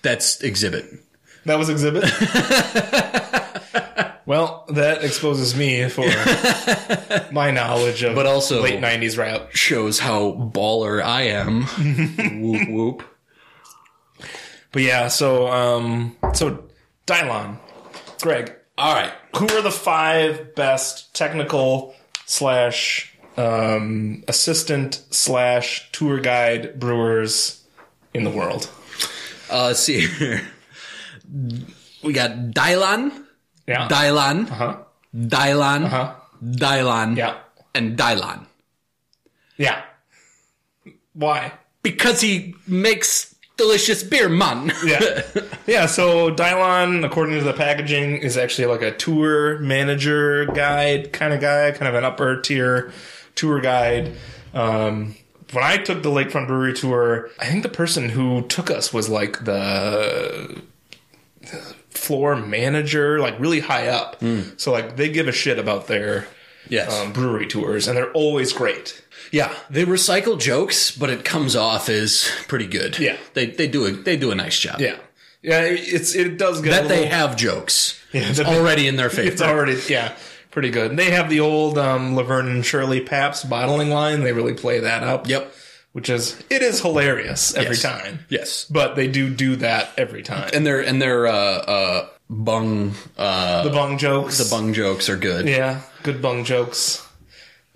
That's exhibit. That was exhibit. well, that exposes me for my knowledge of But also- late '90s rap. shows how baller I am. whoop whoop. But yeah, so um, so Dylon, Greg, All right. who are the five best technical slash um, assistant slash tour guide brewers in the world? Uh, see here. We got Dylan, Yeah, Dylan, huh? Dylan, Huh? Dylan, Uh-huh. Yeah, and Dylan. yeah. Why? Because he makes delicious beer, man. yeah. Yeah, so Dylon, according to the packaging, is actually like a tour manager guide kind of guy, kind of an upper tier tour guide. Um, when I took the Lakefront Brewery tour, I think the person who took us was like the floor manager, like really high up. Hmm. So like they give a shit about their Yes. um, brewery tours, and they're always great. yeah. They recycle jokes, but it comes off as pretty good. Yeah. They they do a they do a nice job. Yeah, yeah, it's it does get a That little- they have jokes. Yeah, It's the- already in their favor. It's already yeah, pretty good. They have the old um, Laverne and Shirley Paps bottling line. They really play that up. Yep. which is it is hilarious every Yes. time. Yes. but they do do that every time. And their and their uh, uh, bung uh, the bung jokes, the bung jokes are good. yeah, good bung jokes.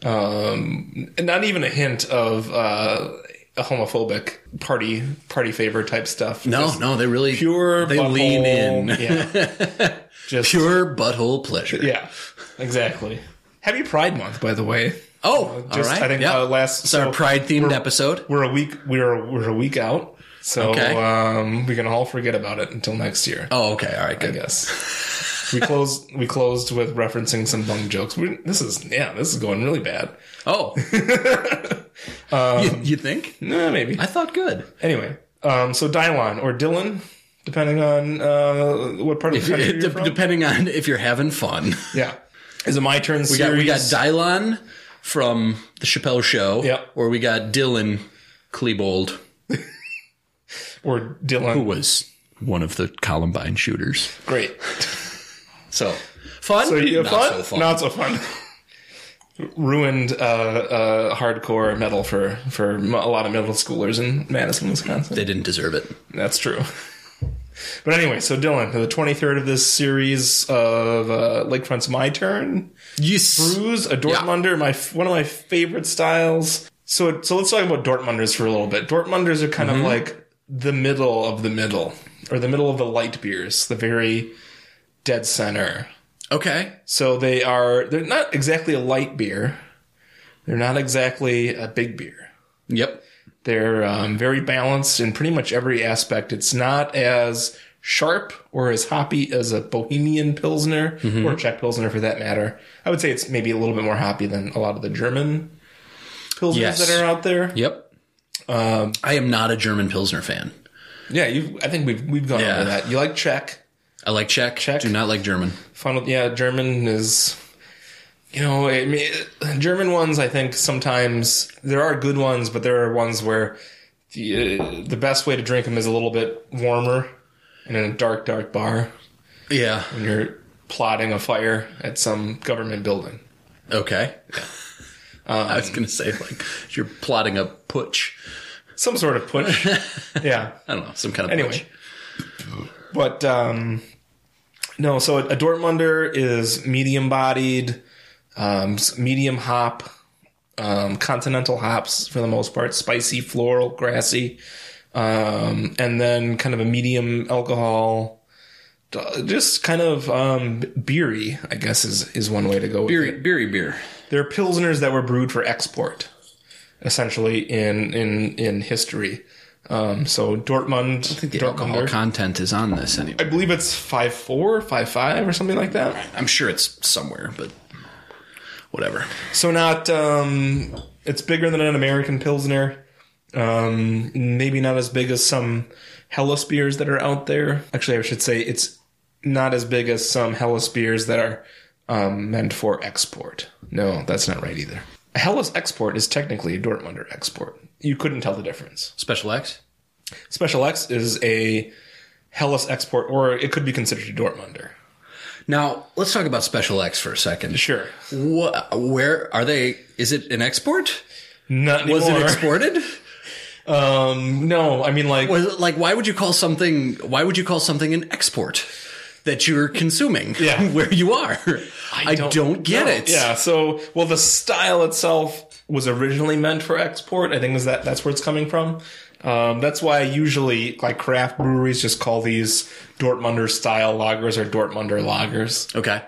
Um, and not even a hint of uh, a homophobic party party favor type stuff. No, Just no, they really pure. They butthole- lean in. Yeah, just Pure butthole pleasure. Yeah, exactly. Happy Pride Month, by the way. Oh, Just, all right. I think yeah. uh, last it's our so pride themed we're- episode. We're a week. We're we're a week out. So Okay. um, we can all forget about it until next year. Oh, okay. All right. I Good. guess. we closed. We closed with referencing some bung jokes. We, this is yeah. This is going really bad. Oh, Um, you, you think? Nah, maybe. I thought good. anyway, um, so Dylan or Dylan, depending on uh, what part of the country It- you're de- from. depending on if you're having fun. yeah. Is it my turn? We got we got Dylan from the Chappelle Show. Yep. Or we got Dylan Klebold, or Dylan. who was one of the Columbine shooters. Great. So fun. So you have Not fun? so fun. Not so fun. Ruined uh, uh, hardcore metal for for m- a lot of middle schoolers in Madison, Wisconsin. they didn't deserve it. That's true. But anyway, so Dylan, the twenty third of this series of uh, Lakefront's My Turn, Yes. Brews, a Dortmunder, my f- one of my favorite styles. So so let's talk about Dortmunders for a little bit. Dortmunders are kind Mm-hmm. of like the middle of the middle, or the middle of the light beers, the very dead center. Okay. So they are they're not exactly a light beer. They're not exactly a big beer. Yep. They're um, very balanced in pretty much every aspect. It's not as sharp or as hoppy as a Bohemian Pilsner Mm-hmm. or a Czech Pilsner for that matter. I would say it's maybe a little bit more hoppy than a lot of the German Pilsners Yes. that are out there. Yep. Um, I am not a German Pilsner fan. Yeah, you I think we've we've gone Yeah. over that. You like Czech. I like Czech. Czech. Do not like German. Funnel, yeah, German is. You know, I mean, German ones. I think sometimes there are good ones, but there are ones where the uh, the best way to drink them is a little bit warmer, and in a dark, dark bar Yeah. when you're plotting a fire at some government building. Okay. I was gonna say like you're plotting a putsch. Some sort of push. yeah. I don't know some kind of putsch. Anyway, but um, no. So a Dortmunder is medium bodied, um, s- medium hop, um, continental hops for the most part, spicy, floral, grassy, um, and then kind of a medium alcohol, d- just kind of um, beery. I guess is is one way to go. With it. Beery, beery beer. They're pilsners that were brewed for export, essentially in in in history. Um, so Dortmund, The alcohol Dortmunder- content is on this I anyway. believe it's five four, five five, or something like that. I'm sure it's somewhere, but whatever. So not um, it's bigger than an American Pilsner. Um, maybe not as big as some Hellas beers that are out there. Actually, I should say it's not as big as some Hellas beers that are um, meant for export. No, that's not right either. A Hellas export is technically a Dortmunder export. You couldn't tell the difference. Special X. Special X is a Hellas export, or it could be considered a Dortmunder. Now let's talk about Special X for a second. Sure. What? Where are they? Is it an export? Not Was anymore. it exported? Um, no, I mean like Was it, like why would you call something? Why would you call something an export? That you're consuming, Yeah. where you are. I don't, get No, it. Yeah, so well, the style itself was originally meant for export. I think is that that's where it's coming from. Um, that's why usually like craft breweries just call these Dortmunder style lagers or Dortmunder lagers. Okay.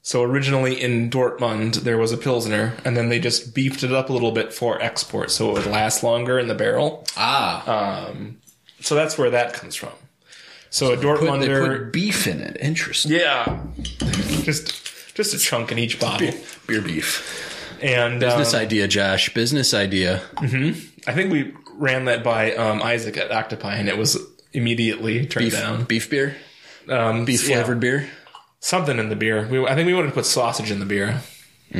So originally in Dortmund there was a pilsner, and then they just beefed it up a little bit for export, so it would last longer in the barrel. Um, ah, So that's where that comes from. So, a put- they Dortmunder, put beef in it. Interesting. yeah, just just a chunk in each bottle, Beer beef. and um, Business idea, Josh. Business idea. I think we ran that by um, Isaac at Octopi, and it was immediately turned Beef, down. beef beer. Um, Beef yeah, flavored beer. something in the beer. We, I think we wanted to put sausage in the beer.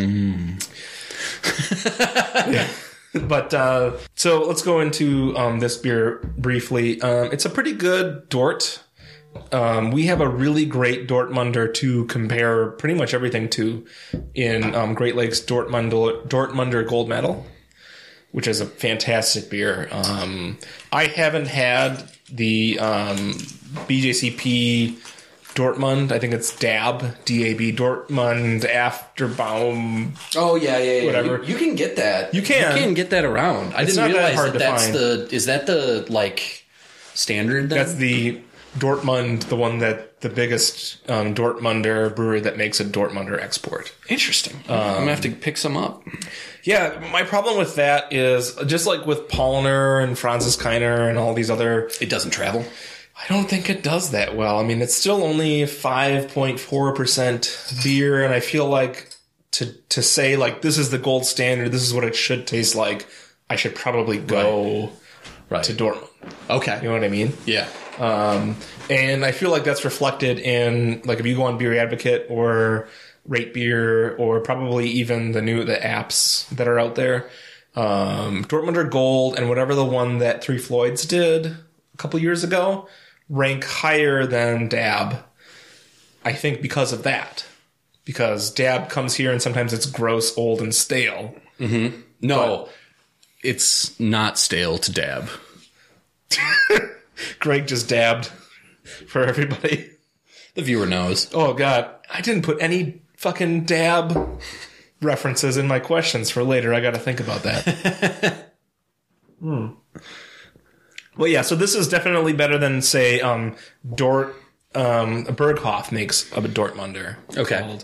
yeah. But uh, so let's go into um, this beer briefly. Um, it's a pretty good Dort. um, we have a really great Dortmunder to compare pretty much everything to in um, Great Lakes Dortmunder, Dortmunder Gold Medal, which is a fantastic beer. Um, I haven't had the um, BJCP Dortmund. I think it's DAB, D-A-B, Dortmund Afterbaum Oh yeah, yeah, yeah. Whatever. You, you can get that. You can. You can get that around. I It's didn't not that realize hard that to that's find. the. Is that the like standard? Then? That's the Dortmund, the one that the biggest um, Dortmunder brewery that makes a Dortmunder export. interesting. I'm gonna have to pick some up. Yeah, my problem with that is just like with Polliner and Francis Kiner and all these other, It doesn't Um, travel. I don't think it does that well. I mean, it's still only 5.4% beer, and I feel like to to say like this is the gold standard, this is what it should taste like, I should probably go Right. to Dortmund. Okay. You know what I mean? yeah. Um, and I feel like that's reflected in like if you go on Beer Advocate or Rate Beer or probably even the new the apps that are out there. Um, Dortmunder Gold and whatever the one that Three Floyds did a couple years ago rank higher than Dab. I think because of that, because Dab comes here and sometimes it's gross, old, and stale. No, it's not stale to dab. Greg just dabbed for everybody. The viewer knows. Oh god, I didn't put any fucking dab references in my questions for later. I got to think about that. hmm. Well, yeah. So this is definitely better than say um Dort um Berghoff makes a Dortmunder. Okay.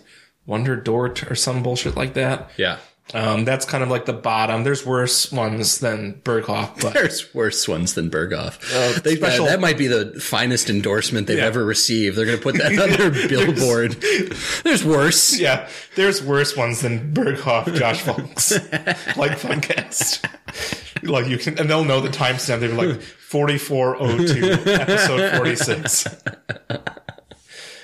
Wonder Dort or some bullshit like that. Yeah. Um, that's kind of like the bottom. There's worse ones than Berghoff, but There's worse ones than Berghoff. they, Oh, special- that might be the finest endorsement they've Yeah. ever received. They're going to put that on their billboard. There's worse. Yeah, there's worse ones than Berghoff, Josh Funks, like Funkcast. Like you can, and they'll know the timestamp. They're like 4402, episode 46.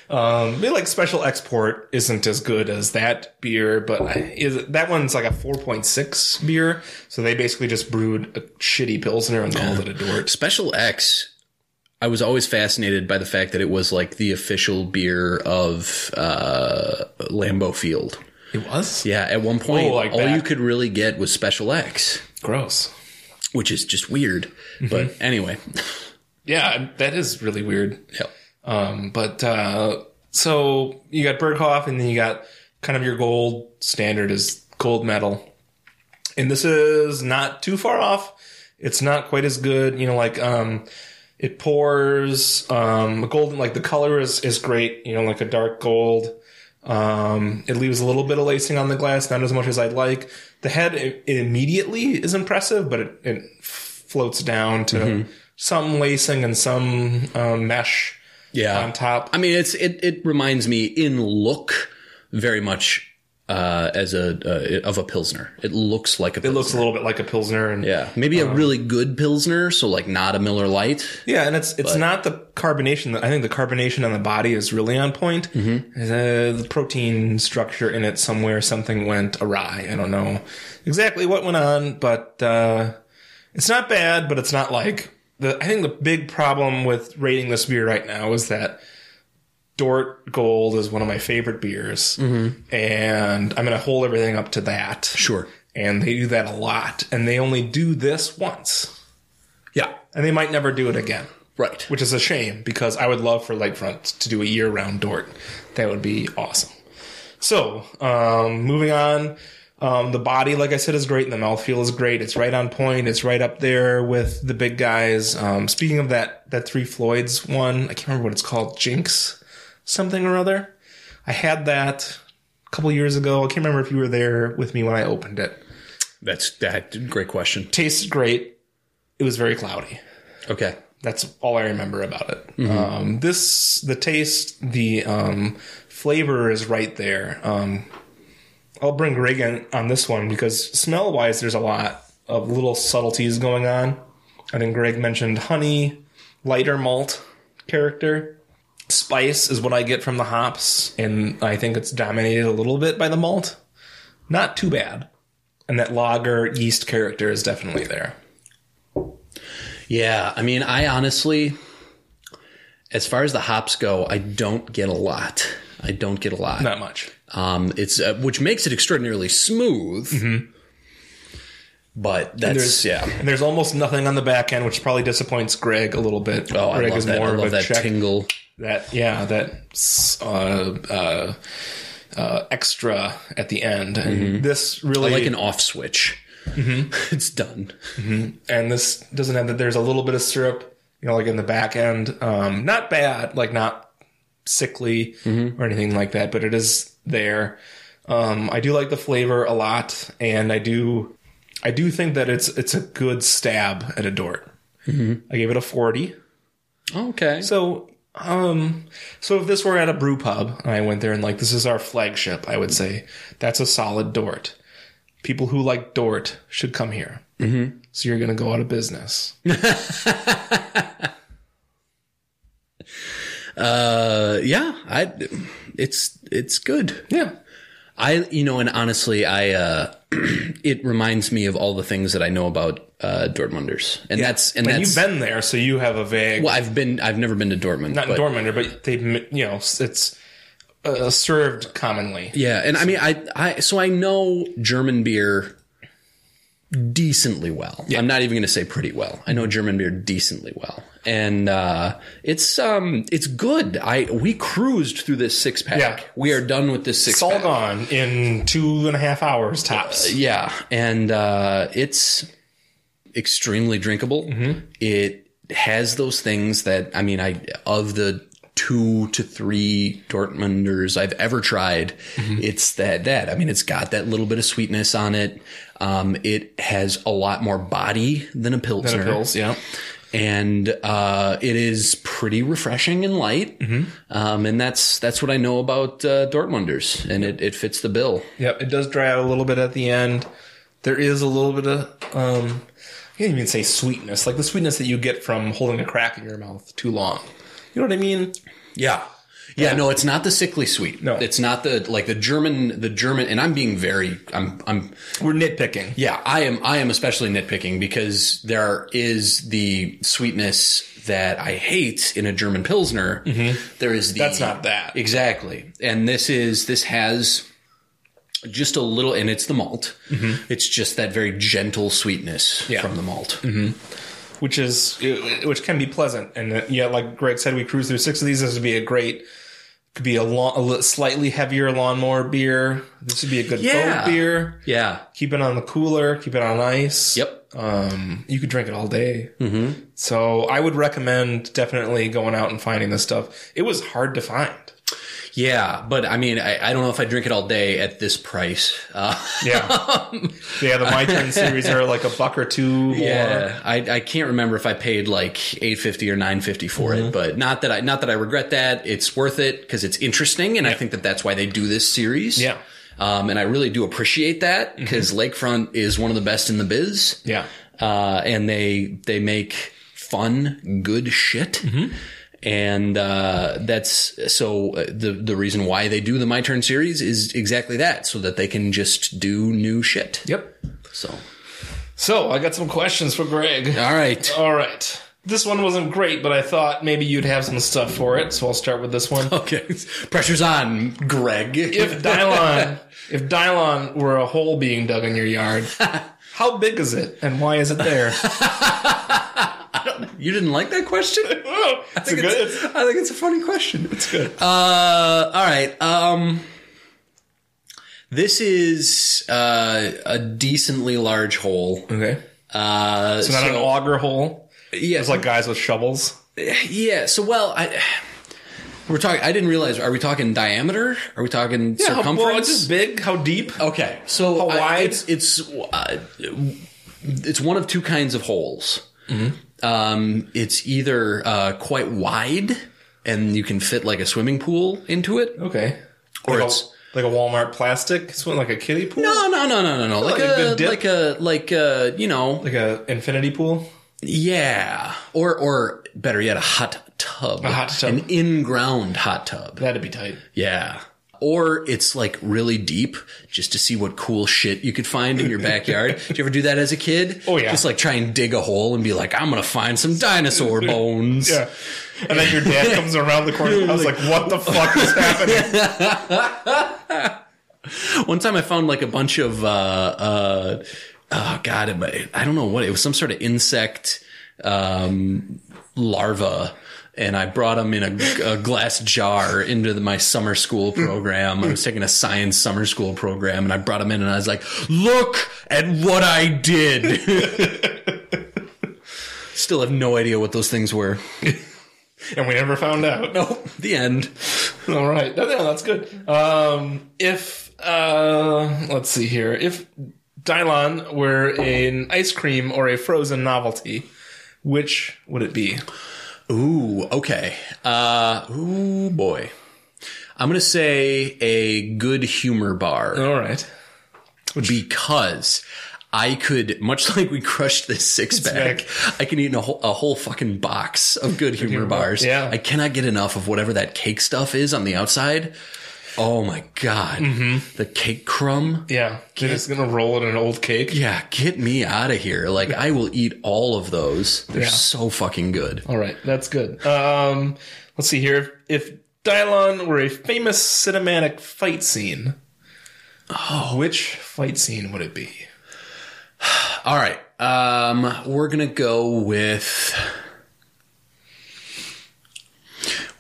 Um, they like special export isn't as good as that beer, but I- is that one's like a 4.6 beer. So they basically just brewed a shitty pilsner and called it a Dort. Special X, I was always fascinated by the fact that it was like the official beer of uh, Lambeau Field. It was Yeah, at one point, Oh, like all that. you could really get was Special X, gross. which is just weird. Mm-hmm. But anyway, Yeah, that is really weird. Yep. Um, but uh, so you got Berghoff, and then you got kind of your gold standard is gold medal, and this is not too far off. It's not quite as good, you know. Like um, it pours um, golden, like the color is is great, you know, like a dark gold. Um, it leaves a little bit of lacing on the glass, not as much as I'd like. The head i immediately is impressive, but it, it floats down to Mm-hmm. some lacing and some um, mesh yeah. on top. I mean, it's it, it reminds me in look very much uh, as a uh, of a pilsner. It looks like a It pilsner. looks Uh-huh. a little bit like a pilsner, and yeah, maybe a really good pilsner, so like not a Miller Light. yeah, and it's it's not the carbonation. that I think the carbonation on the body is really on point. Uh, the protein structure in it somewhere something went awry. I don't know exactly what went on, but uh, it's not bad. But it's not like the. I think the big problem with rating this beer right now is that Dort Gold is one of my favorite beers, and I'm going to hold everything up to that. Sure. and they do that a lot and they only do this once Yeah. and they might never do it again Right. which is a shame because i would love for lakefront to do a year-round dort that would be awesome so um, moving on um, the body like i said is great and the mouthfeel is great it's right on point it's right up there with the big guys um, speaking of that that three floyds one i can't remember what it's called jinx something or other i had that a couple years ago i can't remember if you were there with me when i opened it That's that. Great question. tasted great. It was very cloudy. Okay. That's all I remember about it. Um, this, the taste, the um, flavor is right there. Um, I'll bring Greg in on this one because smell wise, there's a lot of little subtleties going on. I think Greg mentioned honey, lighter malt character. Spice is what I get from the hops, and I think it's dominated a little bit by the malt. Not too bad. And that lager yeast character is definitely there. Yeah, I mean, I honestly, as far as the hops go, I don't get a lot. I don't get a lot. Not much. Um, it's uh, which makes it extraordinarily smooth. But that's yeah. Mm-hmm. And there's almost nothing on the back end, which probably disappoints Greg a little bit. Oh, I Greg love that. I love that check- tingle. that yeah that uh, uh, uh, extra at the end and this Mm-hmm. I really like an off switch. it's done. and this doesn't have that there's a little bit of syrup you know like in the back end um not bad like not sickly or anything like that but it is there um i do like the flavor a lot and i do i do think that it's it's a good stab at a dort i gave it a 40 Okay. So, um, so if this were at a brew pub and I went there and like this is our flagship, I would say that's a solid Dort. People who like Dort should come here. Mm-hmm. So you're gonna go out of business. uh, yeah, I. It's it's good. yeah, I, you know, and honestly, I, uh, it reminds me of all the things that I know about, uh, Dortmunders. And that's, and and that's, you've been there, so you have a vague well, I've been, I've never been to Dortmund. not but- Dortmunder, but they you know it's uh, served commonly. Yeah. And I mean, I, I, so I know German beer decently well. I'm not even going to say pretty well. I know German beer decently well. And, uh, it's, um, it's good. I, we cruised through this six pack. Yeah. We are done with this six It's all pack. gone in two and a half hours tops. Uh, Yeah, and uh, it's extremely drinkable. It has those things that I mean, I of the two to three Dortmunders I've ever tried, it's that that I mean, it's got that little bit of sweetness on it. Um, it has a lot more body than a pilsner, Pills, yeah. and uh, it is pretty refreshing and light. Um, and that's that's what I know about uh, Dortmunders, and it, it fits the bill. Yep, it does dry out a little bit at the end. There is a little bit of um I can't even say sweetness, like the sweetness that you get from holding a crack in your mouth too long. You know what I mean? Yeah. Yeah, no, it's not the sickly sweet. No. it's not the like the German, the German, and I'm being very, I'm, I'm, We're nitpicking. Yeah. yeah, I am, I am especially nitpicking because there is the sweetness that I hate in a German Pilsner. There is the Mm-hmm. That's not that. exactly, and this is this has just a little, and it's the malt. It's just that very gentle sweetness Mm-hmm. Yeah. Mm-hmm. from the malt. Which is which can be pleasant. And uh, yeah, like Greg said, we cruised through six of these. This would be a great could be a, long, a li- slightly heavier lawnmower beer. This would be a good Yeah. boat beer. Yeah. Keep it on the cooler. Keep it on ice. Yep. Um, you could drink it all day. Mm-hmm. So I would recommend definitely going out and finding this stuff. It was hard to find. Yeah, but I mean, I, I don't know if I drink it all day at this price. Uh, Yeah. yeah. The My Turn series are like a buck or two more. Yeah, I, I can't remember if I paid like eight fifty or nine fifty for Mm-hmm. it, but not that I not that I regret that. It's worth it because it's interesting, and I think that that's why they do this series. Yeah. Mm-hmm. um, and I really do appreciate that because Lakefront is one of the best in the biz. Yeah. uh, and they they make fun, good shit. Mm-hmm. And uh, that's so uh, the the reason why they do the My Turn series is exactly that, so that they can just do new shit. Yep. So, So I got some questions for Greg. all right. All right. This one wasn't great, but I thought maybe you'd have some stuff for it. So I'll start with this one. Okay, pressure's on, Greg. if Dylon, if Dylon were a hole being dug in your yard, how big is it and why is it there? you didn't like that question, it's a good. It's, I think it's a funny question. it's good. Uh, all right. Um, this is uh, a decently large hole. okay. Uh, It's not an auger hole. yeah, It's like guys with shovels. yeah. So well, I we're talking. I didn't realize. Are we talking diameter? Are we talking circumference? Well, it's just big. How deep? Okay, so How I- wide? it's it's uh, it's one of two kinds of holes. Um, it's either uh, quite wide, and you can fit like a swimming pool into it, Okay. or like it's a, like a Walmart plastic. It's one like a kiddie pool. no, no, no, no, no, no, like Like a a good dip? like a like a you know, Like a infinity pool. yeah, or or better yet, a hot tub, a hot tub. an in-ground hot tub, That'd be tight. yeah. or it's like really deep just to see what cool shit you could find in your backyard. Did you ever do that as a kid? Oh, yeah. Just like try and dig a hole and be like, I'm gonna find some dinosaur bones. Yeah. And then your dad comes around the corner. I was like, what the fuck is happening? One time I found like a bunch of, uh, uh, oh god, it might- I don't know what, it was some sort of insect, um, larva. And I brought them in a, a glass jar into the, my summer school program. I was taking a science summer school program and I brought them in and I was like, look at what I did. Still have no idea what those things were. And we never found out. Nope. The end. All right. No, no, that's good. Um, if, uh, let's see here. If Dylon were an ice cream or a frozen novelty, which would it be? Ooh, okay. Uh, ooh, boy. I'm gonna say a good humor bar All right. because I could, much like we crushed this six pack, I can eat a whole, a whole fucking box of good humor bars. yeah. I cannot get enough of whatever that cake stuff is on the outside. Oh my god, the cake crumb. Yeah. They're just going to roll it in an old cake. Yeah, get me out of here. Like I will eat all of those. They're so fucking good. All right, that's good. Um, let's see here. If, if Dylon were a famous cinematic fight scene, oh, which fight scene would it be? All right. Um, we're gonna go with.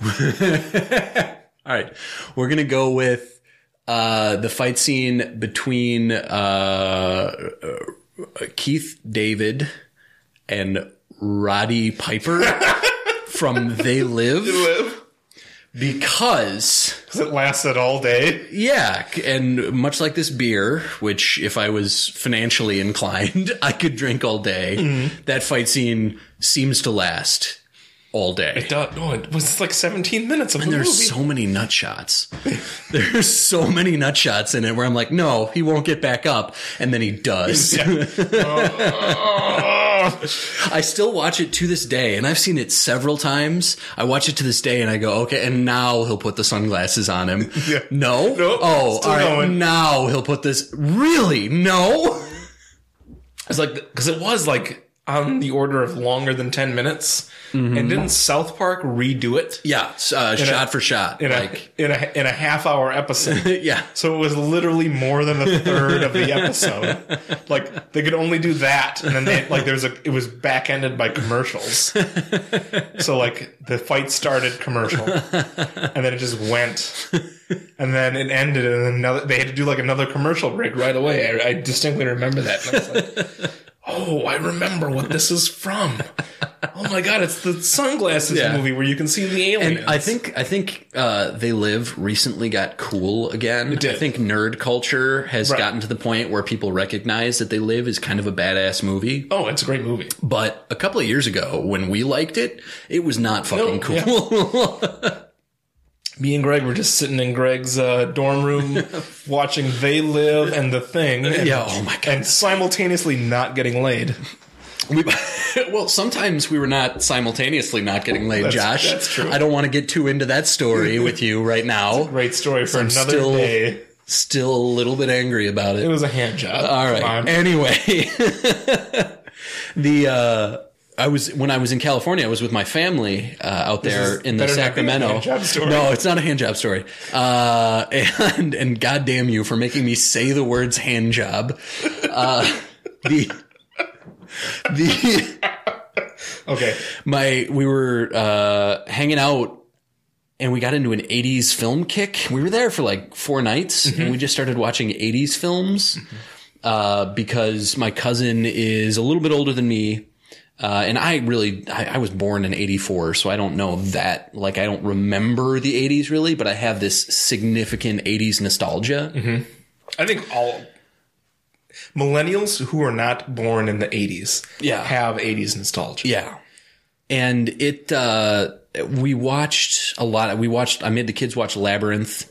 All right, we're gonna go with uh, the fight scene between uh, uh, Keith David and Roddy Piper from They Live because. Because it lasted all day. Yeah, and much like this beer, which if I was financially inclined, I could drink all day. Mm-hmm. That fight scene seems to last all day. Duh, no, it was like 17 minutes of the movie. There's so many nut shots. There's so many nut shots in it where I'm like, no, he won't get back up, and then he does. I still watch it to this day, and I've seen it several times. I watch it to this day, and I go, okay, and now he'll put the sunglasses on him. Yeah. No, Nope, oh, still all right, going. now he'll put this. Really? No. It's like because it was like on the order of longer than 10 minutes, and didn't South Park redo it Yeah, s- uh, shot for shot. in a like, in a in a half hour episode? yeah. So it was literally more than a third of the episode. Like they could only do that, and then they, like there's a it was back ended by commercials. So like the fight started commercial, and then it just went, and then it ended, and then another, they had to do like another commercial break right away. I, I distinctly remember that. And I was like, oh, I remember what this is from. Oh my god, it's the sunglasses Yeah. movie where you can see the alien. And I think I think uh, they live recently got cool again. did. I think nerd culture has Right. gotten to the point where people recognize that they live is kind of a badass movie. oh, it's a great movie. But a couple of years ago, when we liked it, it was not fucking No, yeah. cool. me and Greg were just sitting in Greg's uh, dorm room watching They Live and The Thing. And, Yeah, oh my God. And simultaneously not getting laid. we, well, sometimes we were not simultaneously not getting laid, Josh. that's true. I don't want to get too into that story with you right now. Great story for I'm another still- day. Still a little bit angry about It was a hand job. All right. Come on. Anyway, the uh, I was when I was in California, I was with my family uh, out there is in the better not be a Sacramento. hand job story. No, it's not a hand job story. Uh, and and goddamn you for making me say the words hand job. Uh, the the Okay. my we were uh hanging out and we got into an 80s film kick we were there for like four nights and we just started watching 80s films uh because my cousin is a little bit older than me uh, and I really, I, I was born in 84, so I don't know that, like, I don't remember the 80s really, but I have this significant 80s nostalgia. I think all millennials who are not born in the 80s Yeah. have 80s nostalgia. Yeah. And it, uh, we watched a lot. We watched, I made the kids watch Labyrinth.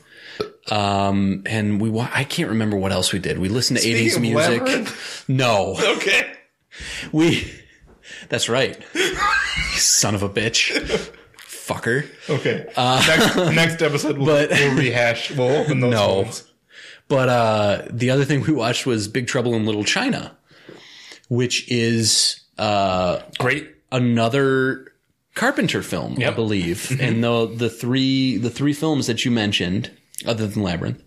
Um, and we, wa- I can't remember what else we did. We listened to Speaking 80s of music. Labyrinth. No, Okay. we, that's right. Son of a bitch. fucker. Okay. next, next episode, we'll, Uh, but- we'll rehash. We'll open those. No. ones. But uh, the other thing we watched was Big Trouble in Little China, which is uh, Great. another Carpenter film, I Yep. believe. and the the three the three films that you mentioned, other than Labyrinth,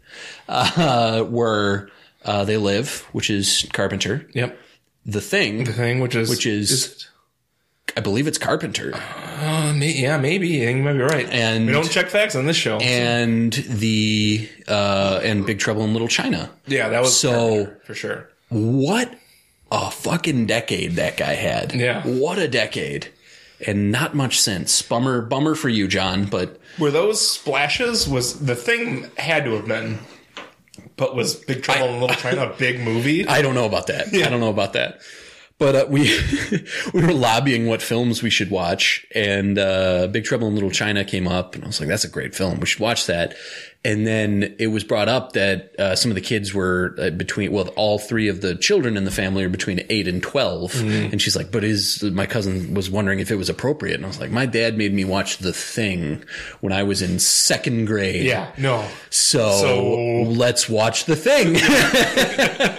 uh, were uh, They Live, which is Carpenter, Yep. The Thing, The thing, which is which is, I believe it's Carpenter, uh, may, yeah, maybe. I think you might be right. And- we don't check facts on this show. and the uh, and Big Trouble in Little China. yeah, that was So- Carpenter, for sure. what a fucking decade that guy had. Yeah. What a decade. And not much since. Bummer, bummer for you, John, but Were those splashes? Was the thing had to have been? But was Big Trouble in Little China a big movie? I don't know about that. I don't know about that. But uh, we we were lobbying what films we should watch, and uh, Big Trouble in Little China came up, and I was like, "That's a great film. We should watch that." And then it was brought up that uh, some of the kids were uh, between, well, all three of the children in the family are between eight and 12 Mm-hmm. and she's like, "But is my cousin was wondering if it was appropriate?" And I was like, "My dad made me watch The Thing when I was in second grade. yeah. No. so, So- let's watch The Thing."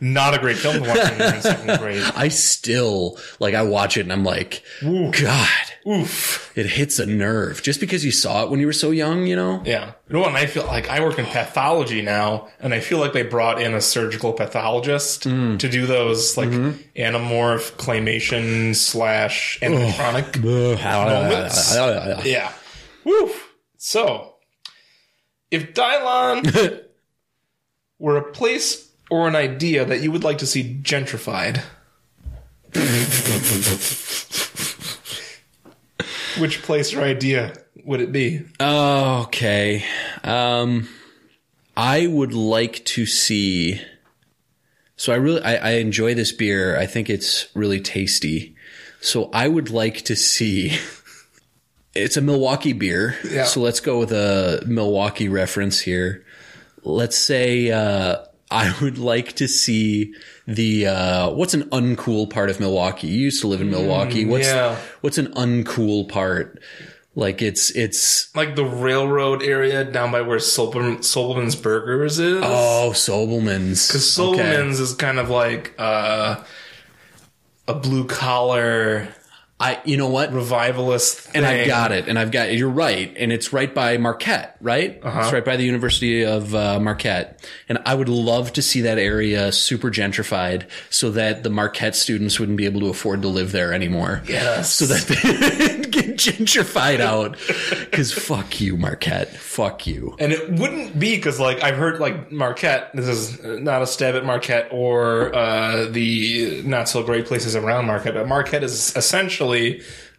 Not a great film to watch when you're in second grade. I still like I watch it and I'm like, God, Oof. it hits a nerve just because you saw it when you were so young, you know. Yeah. No, and I feel like I work in pathology now, and I feel like they brought in a surgical pathologist Mm. to do those like Mm-hmm. anamorph claymation slash animatronic moments. Yeah. Woo. So, if Dylon were a place or an idea that you would like to see gentrified, which place or idea would it be? Okay. Um, I would like to see. So I really I, I enjoy this beer. I think it's really tasty. So I would like to see. It's a Milwaukee beer. Yeah. So let's go with a Milwaukee reference here. Let's say uh, I would like to see the uh, what's an uncool part of Milwaukee. You used to live in Milwaukee. What's Mm, yeah. what's an uncool part? Like it's it's Like the railroad area down by where Sullivan, Sullivan's Burgers is. Oh, Sobelman's. Because Sullivan's is kind of like uh, a blue collar I, you know what? revivalist thing. And I've got it. And I've got, you're right. And it's right by Marquette, right? Uh-huh. It's right by the University of uh, Marquette. And I would love to see that area super gentrified so that the Marquette students wouldn't be able to afford to live there anymore. Yes. So that they get gentrified out. Cause fuck you, Marquette. Fuck you. And it wouldn't be because, like, I've heard, like, Marquette, this is not a stab at Marquette or uh, the not so great places around Marquette, but Marquette is essentially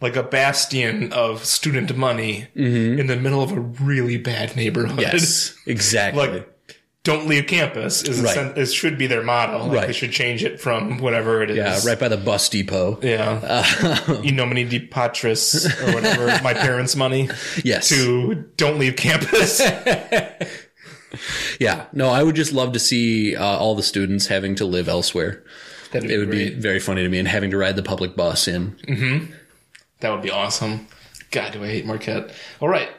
like a bastion of student money in the middle of a really bad neighborhood. Mm-hmm. Yes. Exactly. like, don't leave campus is Right. essen- it should be their motto. Like, Right. They should change it from whatever it is. yeah. Right by the bus depot. Yeah. you know, many de patris or whatever, my parents' money, Yes. to don't leave campus. Yeah. No, I would just love to see uh, all the students having to live elsewhere. That'd It would great. be very funny to me and having to ride the public bus in. That would be awesome. God, do I hate Marquette. All right.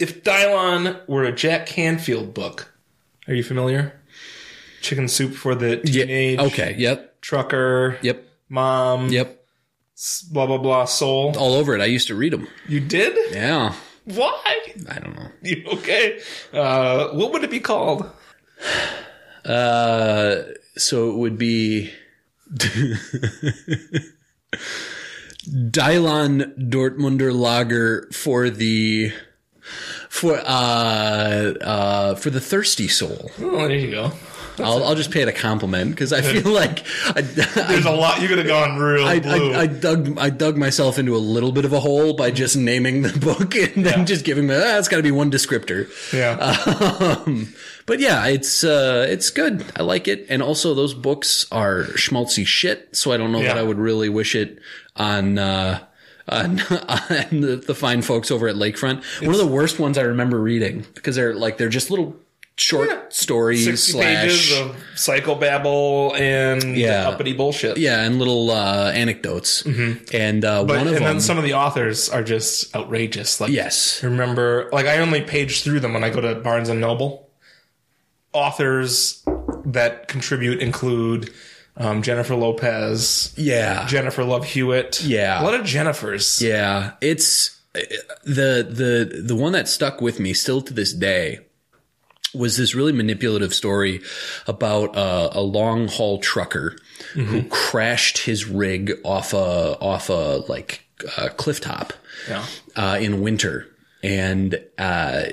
If Dylon were a Jack Canfield book, are you familiar? Chicken soup for the teenage Okay. Yep. trucker, Yep. mom, Yep. blah blah blah soul. All over it. I used to read them. You did? Yeah. Why? I don't know. You okay? Uh, what would it be called? Uh, so it would be Dylan Dortmunder Lager for the for uh uh for the thirsty soul. Oh, there you go. I'll, I'll just pay it a compliment because I feel like I, I There's a lot you could have gone real I, blue. I, I dug I dug myself into a little bit of a hole by just naming the book and then just giving me that's got to be one descriptor. yeah. Um, but yeah, it's uh, it's good. I like it, and also those books are schmaltzy shit. So I don't know Yeah. that I would really wish it on. Uh, on, on the, the fine folks over at Lakefront. One of the worst ones I remember reading because they're like they're just little short stories 60 slash pages of psychobabble and Yeah. uppity bullshit. yeah, and little uh, anecdotes. And uh, Mm-hmm. But, one of and them, then some of the authors are just outrageous. Like yes, I remember like I only page through them when I go to Barnes and Noble. Authors that contribute include um, Jennifer Lopez, yeah, Jennifer Love Hewitt, Yeah. a lot of Jennifers. Yeah, it's the the the one that stuck with me still to this day was this really manipulative story about uh, a long haul trucker who crashed his rig off a off a like uh, cliff top Yeah. uh, in winter and uh,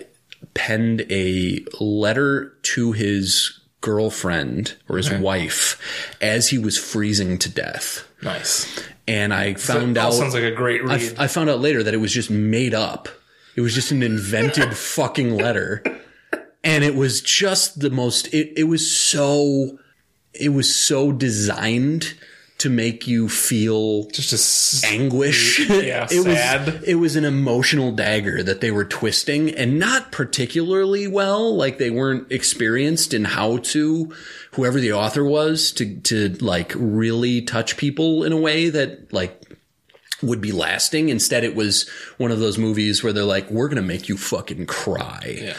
penned a letter to his girlfriend or his wife as he was freezing to death nice. and I found That out sounds like a great I, read. I found out later that it was just made up. It was just an invented fucking letter. And it was just the most, it, it was so, it was so designed to make you feel just a s- anguish. Yeah, it sad. was it was an emotional dagger that they were twisting and not particularly well. Like they weren't experienced in how to whoever the author was to to like really touch people in a way that like would be lasting. Instead, it was one of those movies where they're like, "We're gonna make you fucking cry."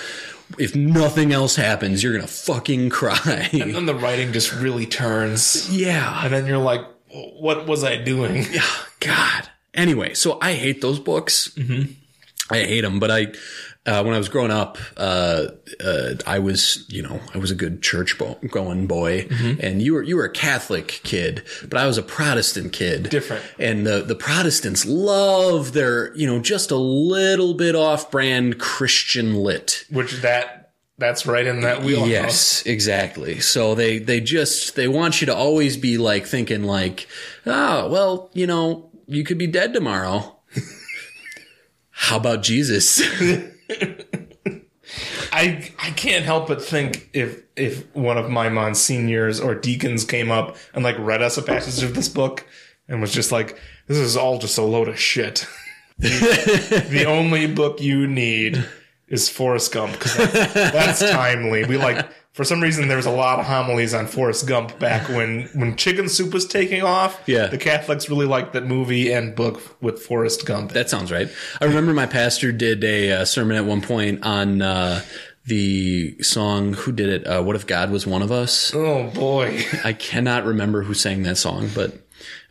If nothing else happens, you're gonna fucking and cry. then the writing just really turns. yeah. And then you're like, what was I doing? God. Anyway, so I hate those books. Mm-hmm. I hate them, but I, uh, when I was growing up, uh, uh, I was, you know, I was a good church bo- going boy, and you were you were a Catholic kid, but I was a Protestant kid. Different. And the the Protestants love their, you know, just a little bit off brand Christian lit. Which that that's right in that wheelhouse. Yes, exactly. So they they just they want you to always be like thinking like, ah, well, you know, you could be dead tomorrow. How about Jesus? I I can't help but think if if one of my monsignors or deacons came up and like read us a passage of this book and was just like, "This is all just a load of shit." the only book you need is Forrest Gump because that's, that's timely. We like for some reason there was a lot of homilies on Forrest Gump back when when Chicken Soup was taking off. Yeah. the Catholics really liked that movie and book with Forrest Gump. that sounds right. I remember my pastor did a uh, sermon at one point on uh, the song. Who did it? Uh, what if God was one of us? oh boy, I cannot remember who sang that song, but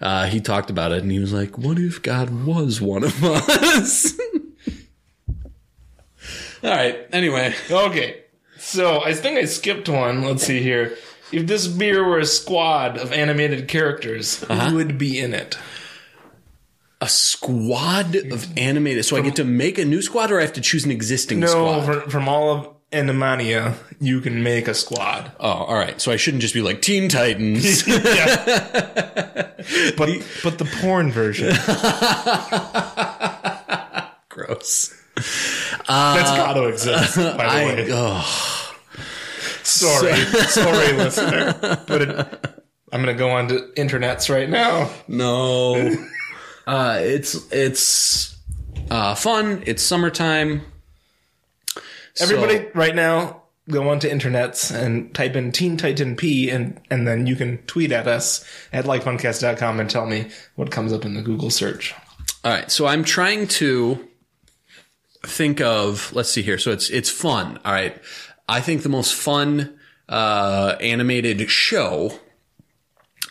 uh, he talked about it and he was like, What if God was one of us? All right. Anyway. Okay. So I think I skipped one. Let's see here. If this beer were a squad of animated characters, Uh-huh. who would be in it? A squad of animated. So I get to make a new squad or I have to choose an existing No, squad? from, from all of Animania, you can make a squad. oh, all right. So I shouldn't just be like Teen Titans. But but the porn version. Gross. That's got to exist, by the Uh, I, way. oh, Sorry. Sorry, listener. But it, I'm going to go on to internets right now. no. uh, it's, it's uh, fun. It's summertime. So- Everybody right now, go on to internets and type in Teen Titan P and, and then you can tweet at us at likefuncast.com and tell me what comes up in the Google search. All right, so I'm trying to think of. Let's see here. So it's it's fun. All right, I think the most fun uh, animated show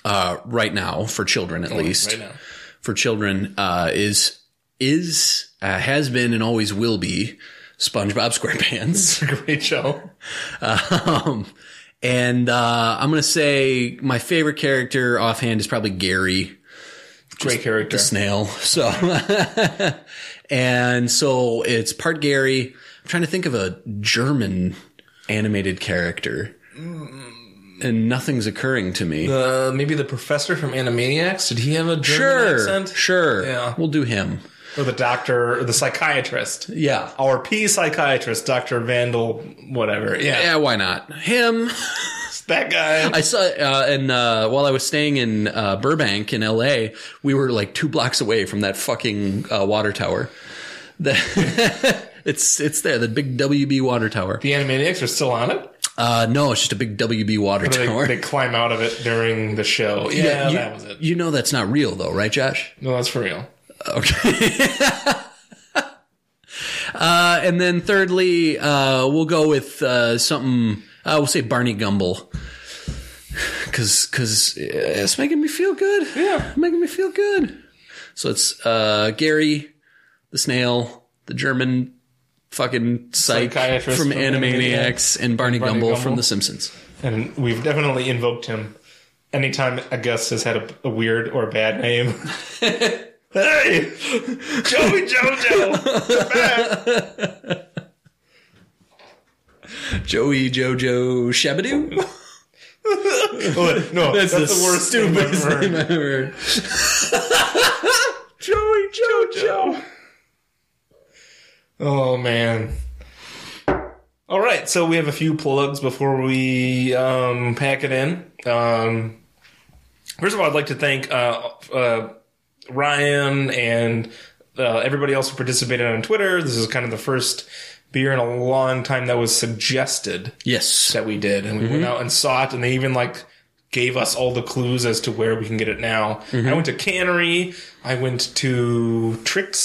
uh, right now for children, at least Oh, now. for children, uh, is is uh, has been and always will be SpongeBob SquarePants. Great show. um, and uh, I'm gonna say my favorite character offhand is probably Gary. Great character. snail. So, and so it's part Gary. I'm trying to think of a German animated character, and nothing's occurring to me. Uh, maybe the professor from Animaniacs. Did he have a German sure, accent? sure. Yeah. We'll do him. Or the doctor, or the psychiatrist. Yeah. Our P psychiatrist, Dr. Vandal, whatever. Yeah. Yeah, why not him? That guy. I saw, uh, and uh, while I was staying in uh, Burbank in L.A., we were like two blocks away from that fucking uh, water tower. The- it's it's there, the big WB water tower. the Animaniacs are still on it? Uh, no, it's just a big WB water tower. They, they climb out of it during the show. Yeah, you, that was it. You know that's not real though, right, Josh? No, that's for real. Okay. uh, and then thirdly, uh, we'll go with uh, something. Uh, we'll say Barney Gumble. Cause, cause uh, it's making me feel good. Yeah, making me feel good. So it's uh, Gary, the snail, the German fucking psych Psychiatrist from from Animaniacs, and Barney, Barney Gumble, Gumble. from The Simpsons. And we've definitely invoked him anytime a guest has had a, a weird or bad name. hey! Joey JoJo! Come back! Joey Jojo Shabadoo. Oh, no, that's, the, worst stupidest thing I've ever heard. name I've ever heard. Joey JoJo. Oh man. All right, so we have a few plugs before we um, pack it in. Um, first of all, I'd like to thank uh, uh, Ryan and uh, everybody else who participated on Twitter. This is kind of the first beer in a long time that was suggested Yes. that we did, and we went Mm-hmm. out and saw it, and they even like gave us all the clues as to where we can get it now. Mm-hmm. I went to Cannery, I went to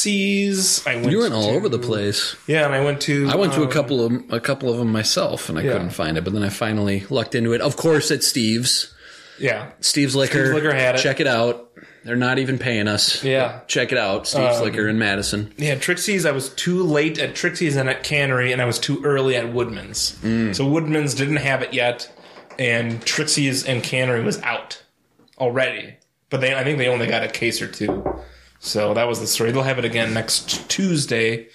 Trixie's, I went. You went all to- over the place. Yeah, and I went to. uh, I went to a couple of a couple of them myself, and I couldn't find it. But then I finally lucked into it. Of course, it's Steve's. yeah, Steve's Liquor. Steve's Liquor had it. Check it out. They're not even paying us. Yeah. Um, Check it out. Steve's Liquor in Madison. yeah. Trixie's. I was too late at Trixie's and at Cannery, and I was too early at Woodman's. So Woodman's didn't have it yet, and Trixie's and Cannery was out already. But they, I think they only got a case or two. So that was the story. They'll have it again next Tuesday.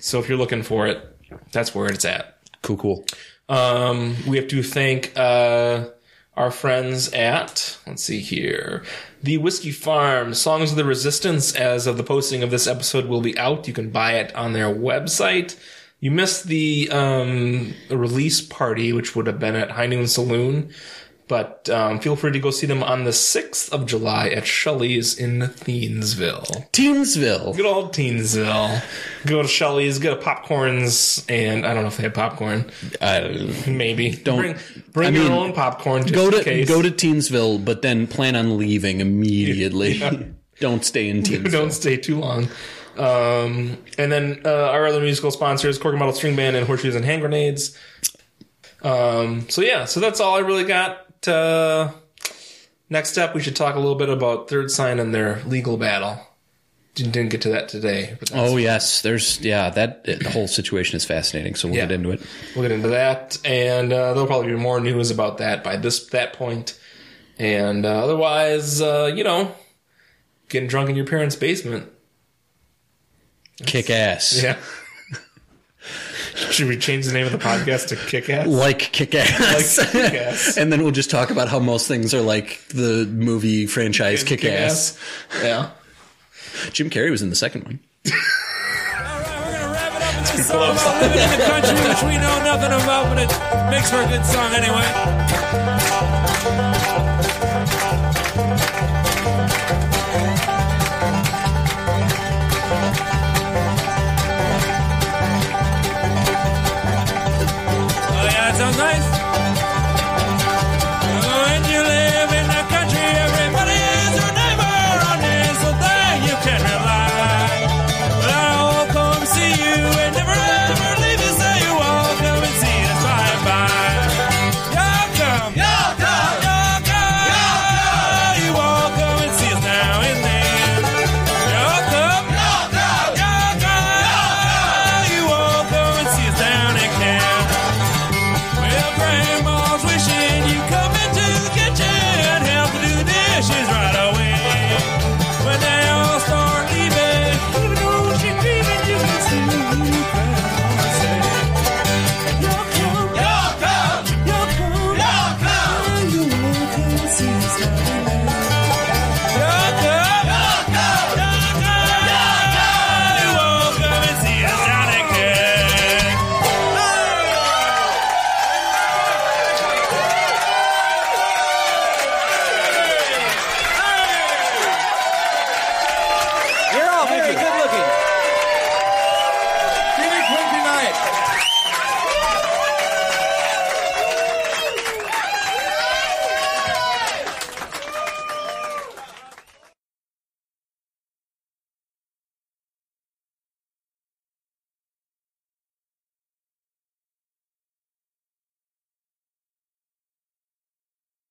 So if you're looking for it, that's where it's at. Cool, cool. Um, we have to thank uh, our friends at, let's see here, The Whiskey Farm, Songs of the Resistance, as of the posting of this episode, will be out. You can buy it on their website. You missed the um, release party, which would have been at High Noon Saloon, but um, feel free to go see them on the 6th of July at Shelley's in Thiensville. Teensville. Good old Teensville. Go to Shelley's, get a popcorns, and I don't know if they have popcorn. Maybe don't bring, bring I your mean, own popcorn. Just Go in to case. go to Teensville, but then plan on leaving immediately. Don't stay in Teensville. Don't stay too long. Um, and then uh, our other musical sponsors: Cork and Model String Band and Horseshoes and Hand Grenades. Um, so yeah, so that's all I really got. Uh, next up, we should talk a little bit about Third Sign and their legal battle. Didn't, didn't get to that today. But that's- Oh yes, there's yeah. That the whole situation is fascinating. So we'll Yeah. get into it. We'll get into that, and uh, there'll probably be more news about that by this that point. And uh, otherwise, uh, you know, getting drunk in your parents' basement. Kick ass. Yeah. Should we change the name of the podcast to Kick Ass? like kick ass. Like Kick Ass. and then we'll just talk about how most things are like the movie franchise kick, ass. Yeah. Jim Carrey was in the second one. the country which we know nothing about, but it Oh, makes for a good song anyway. Oh,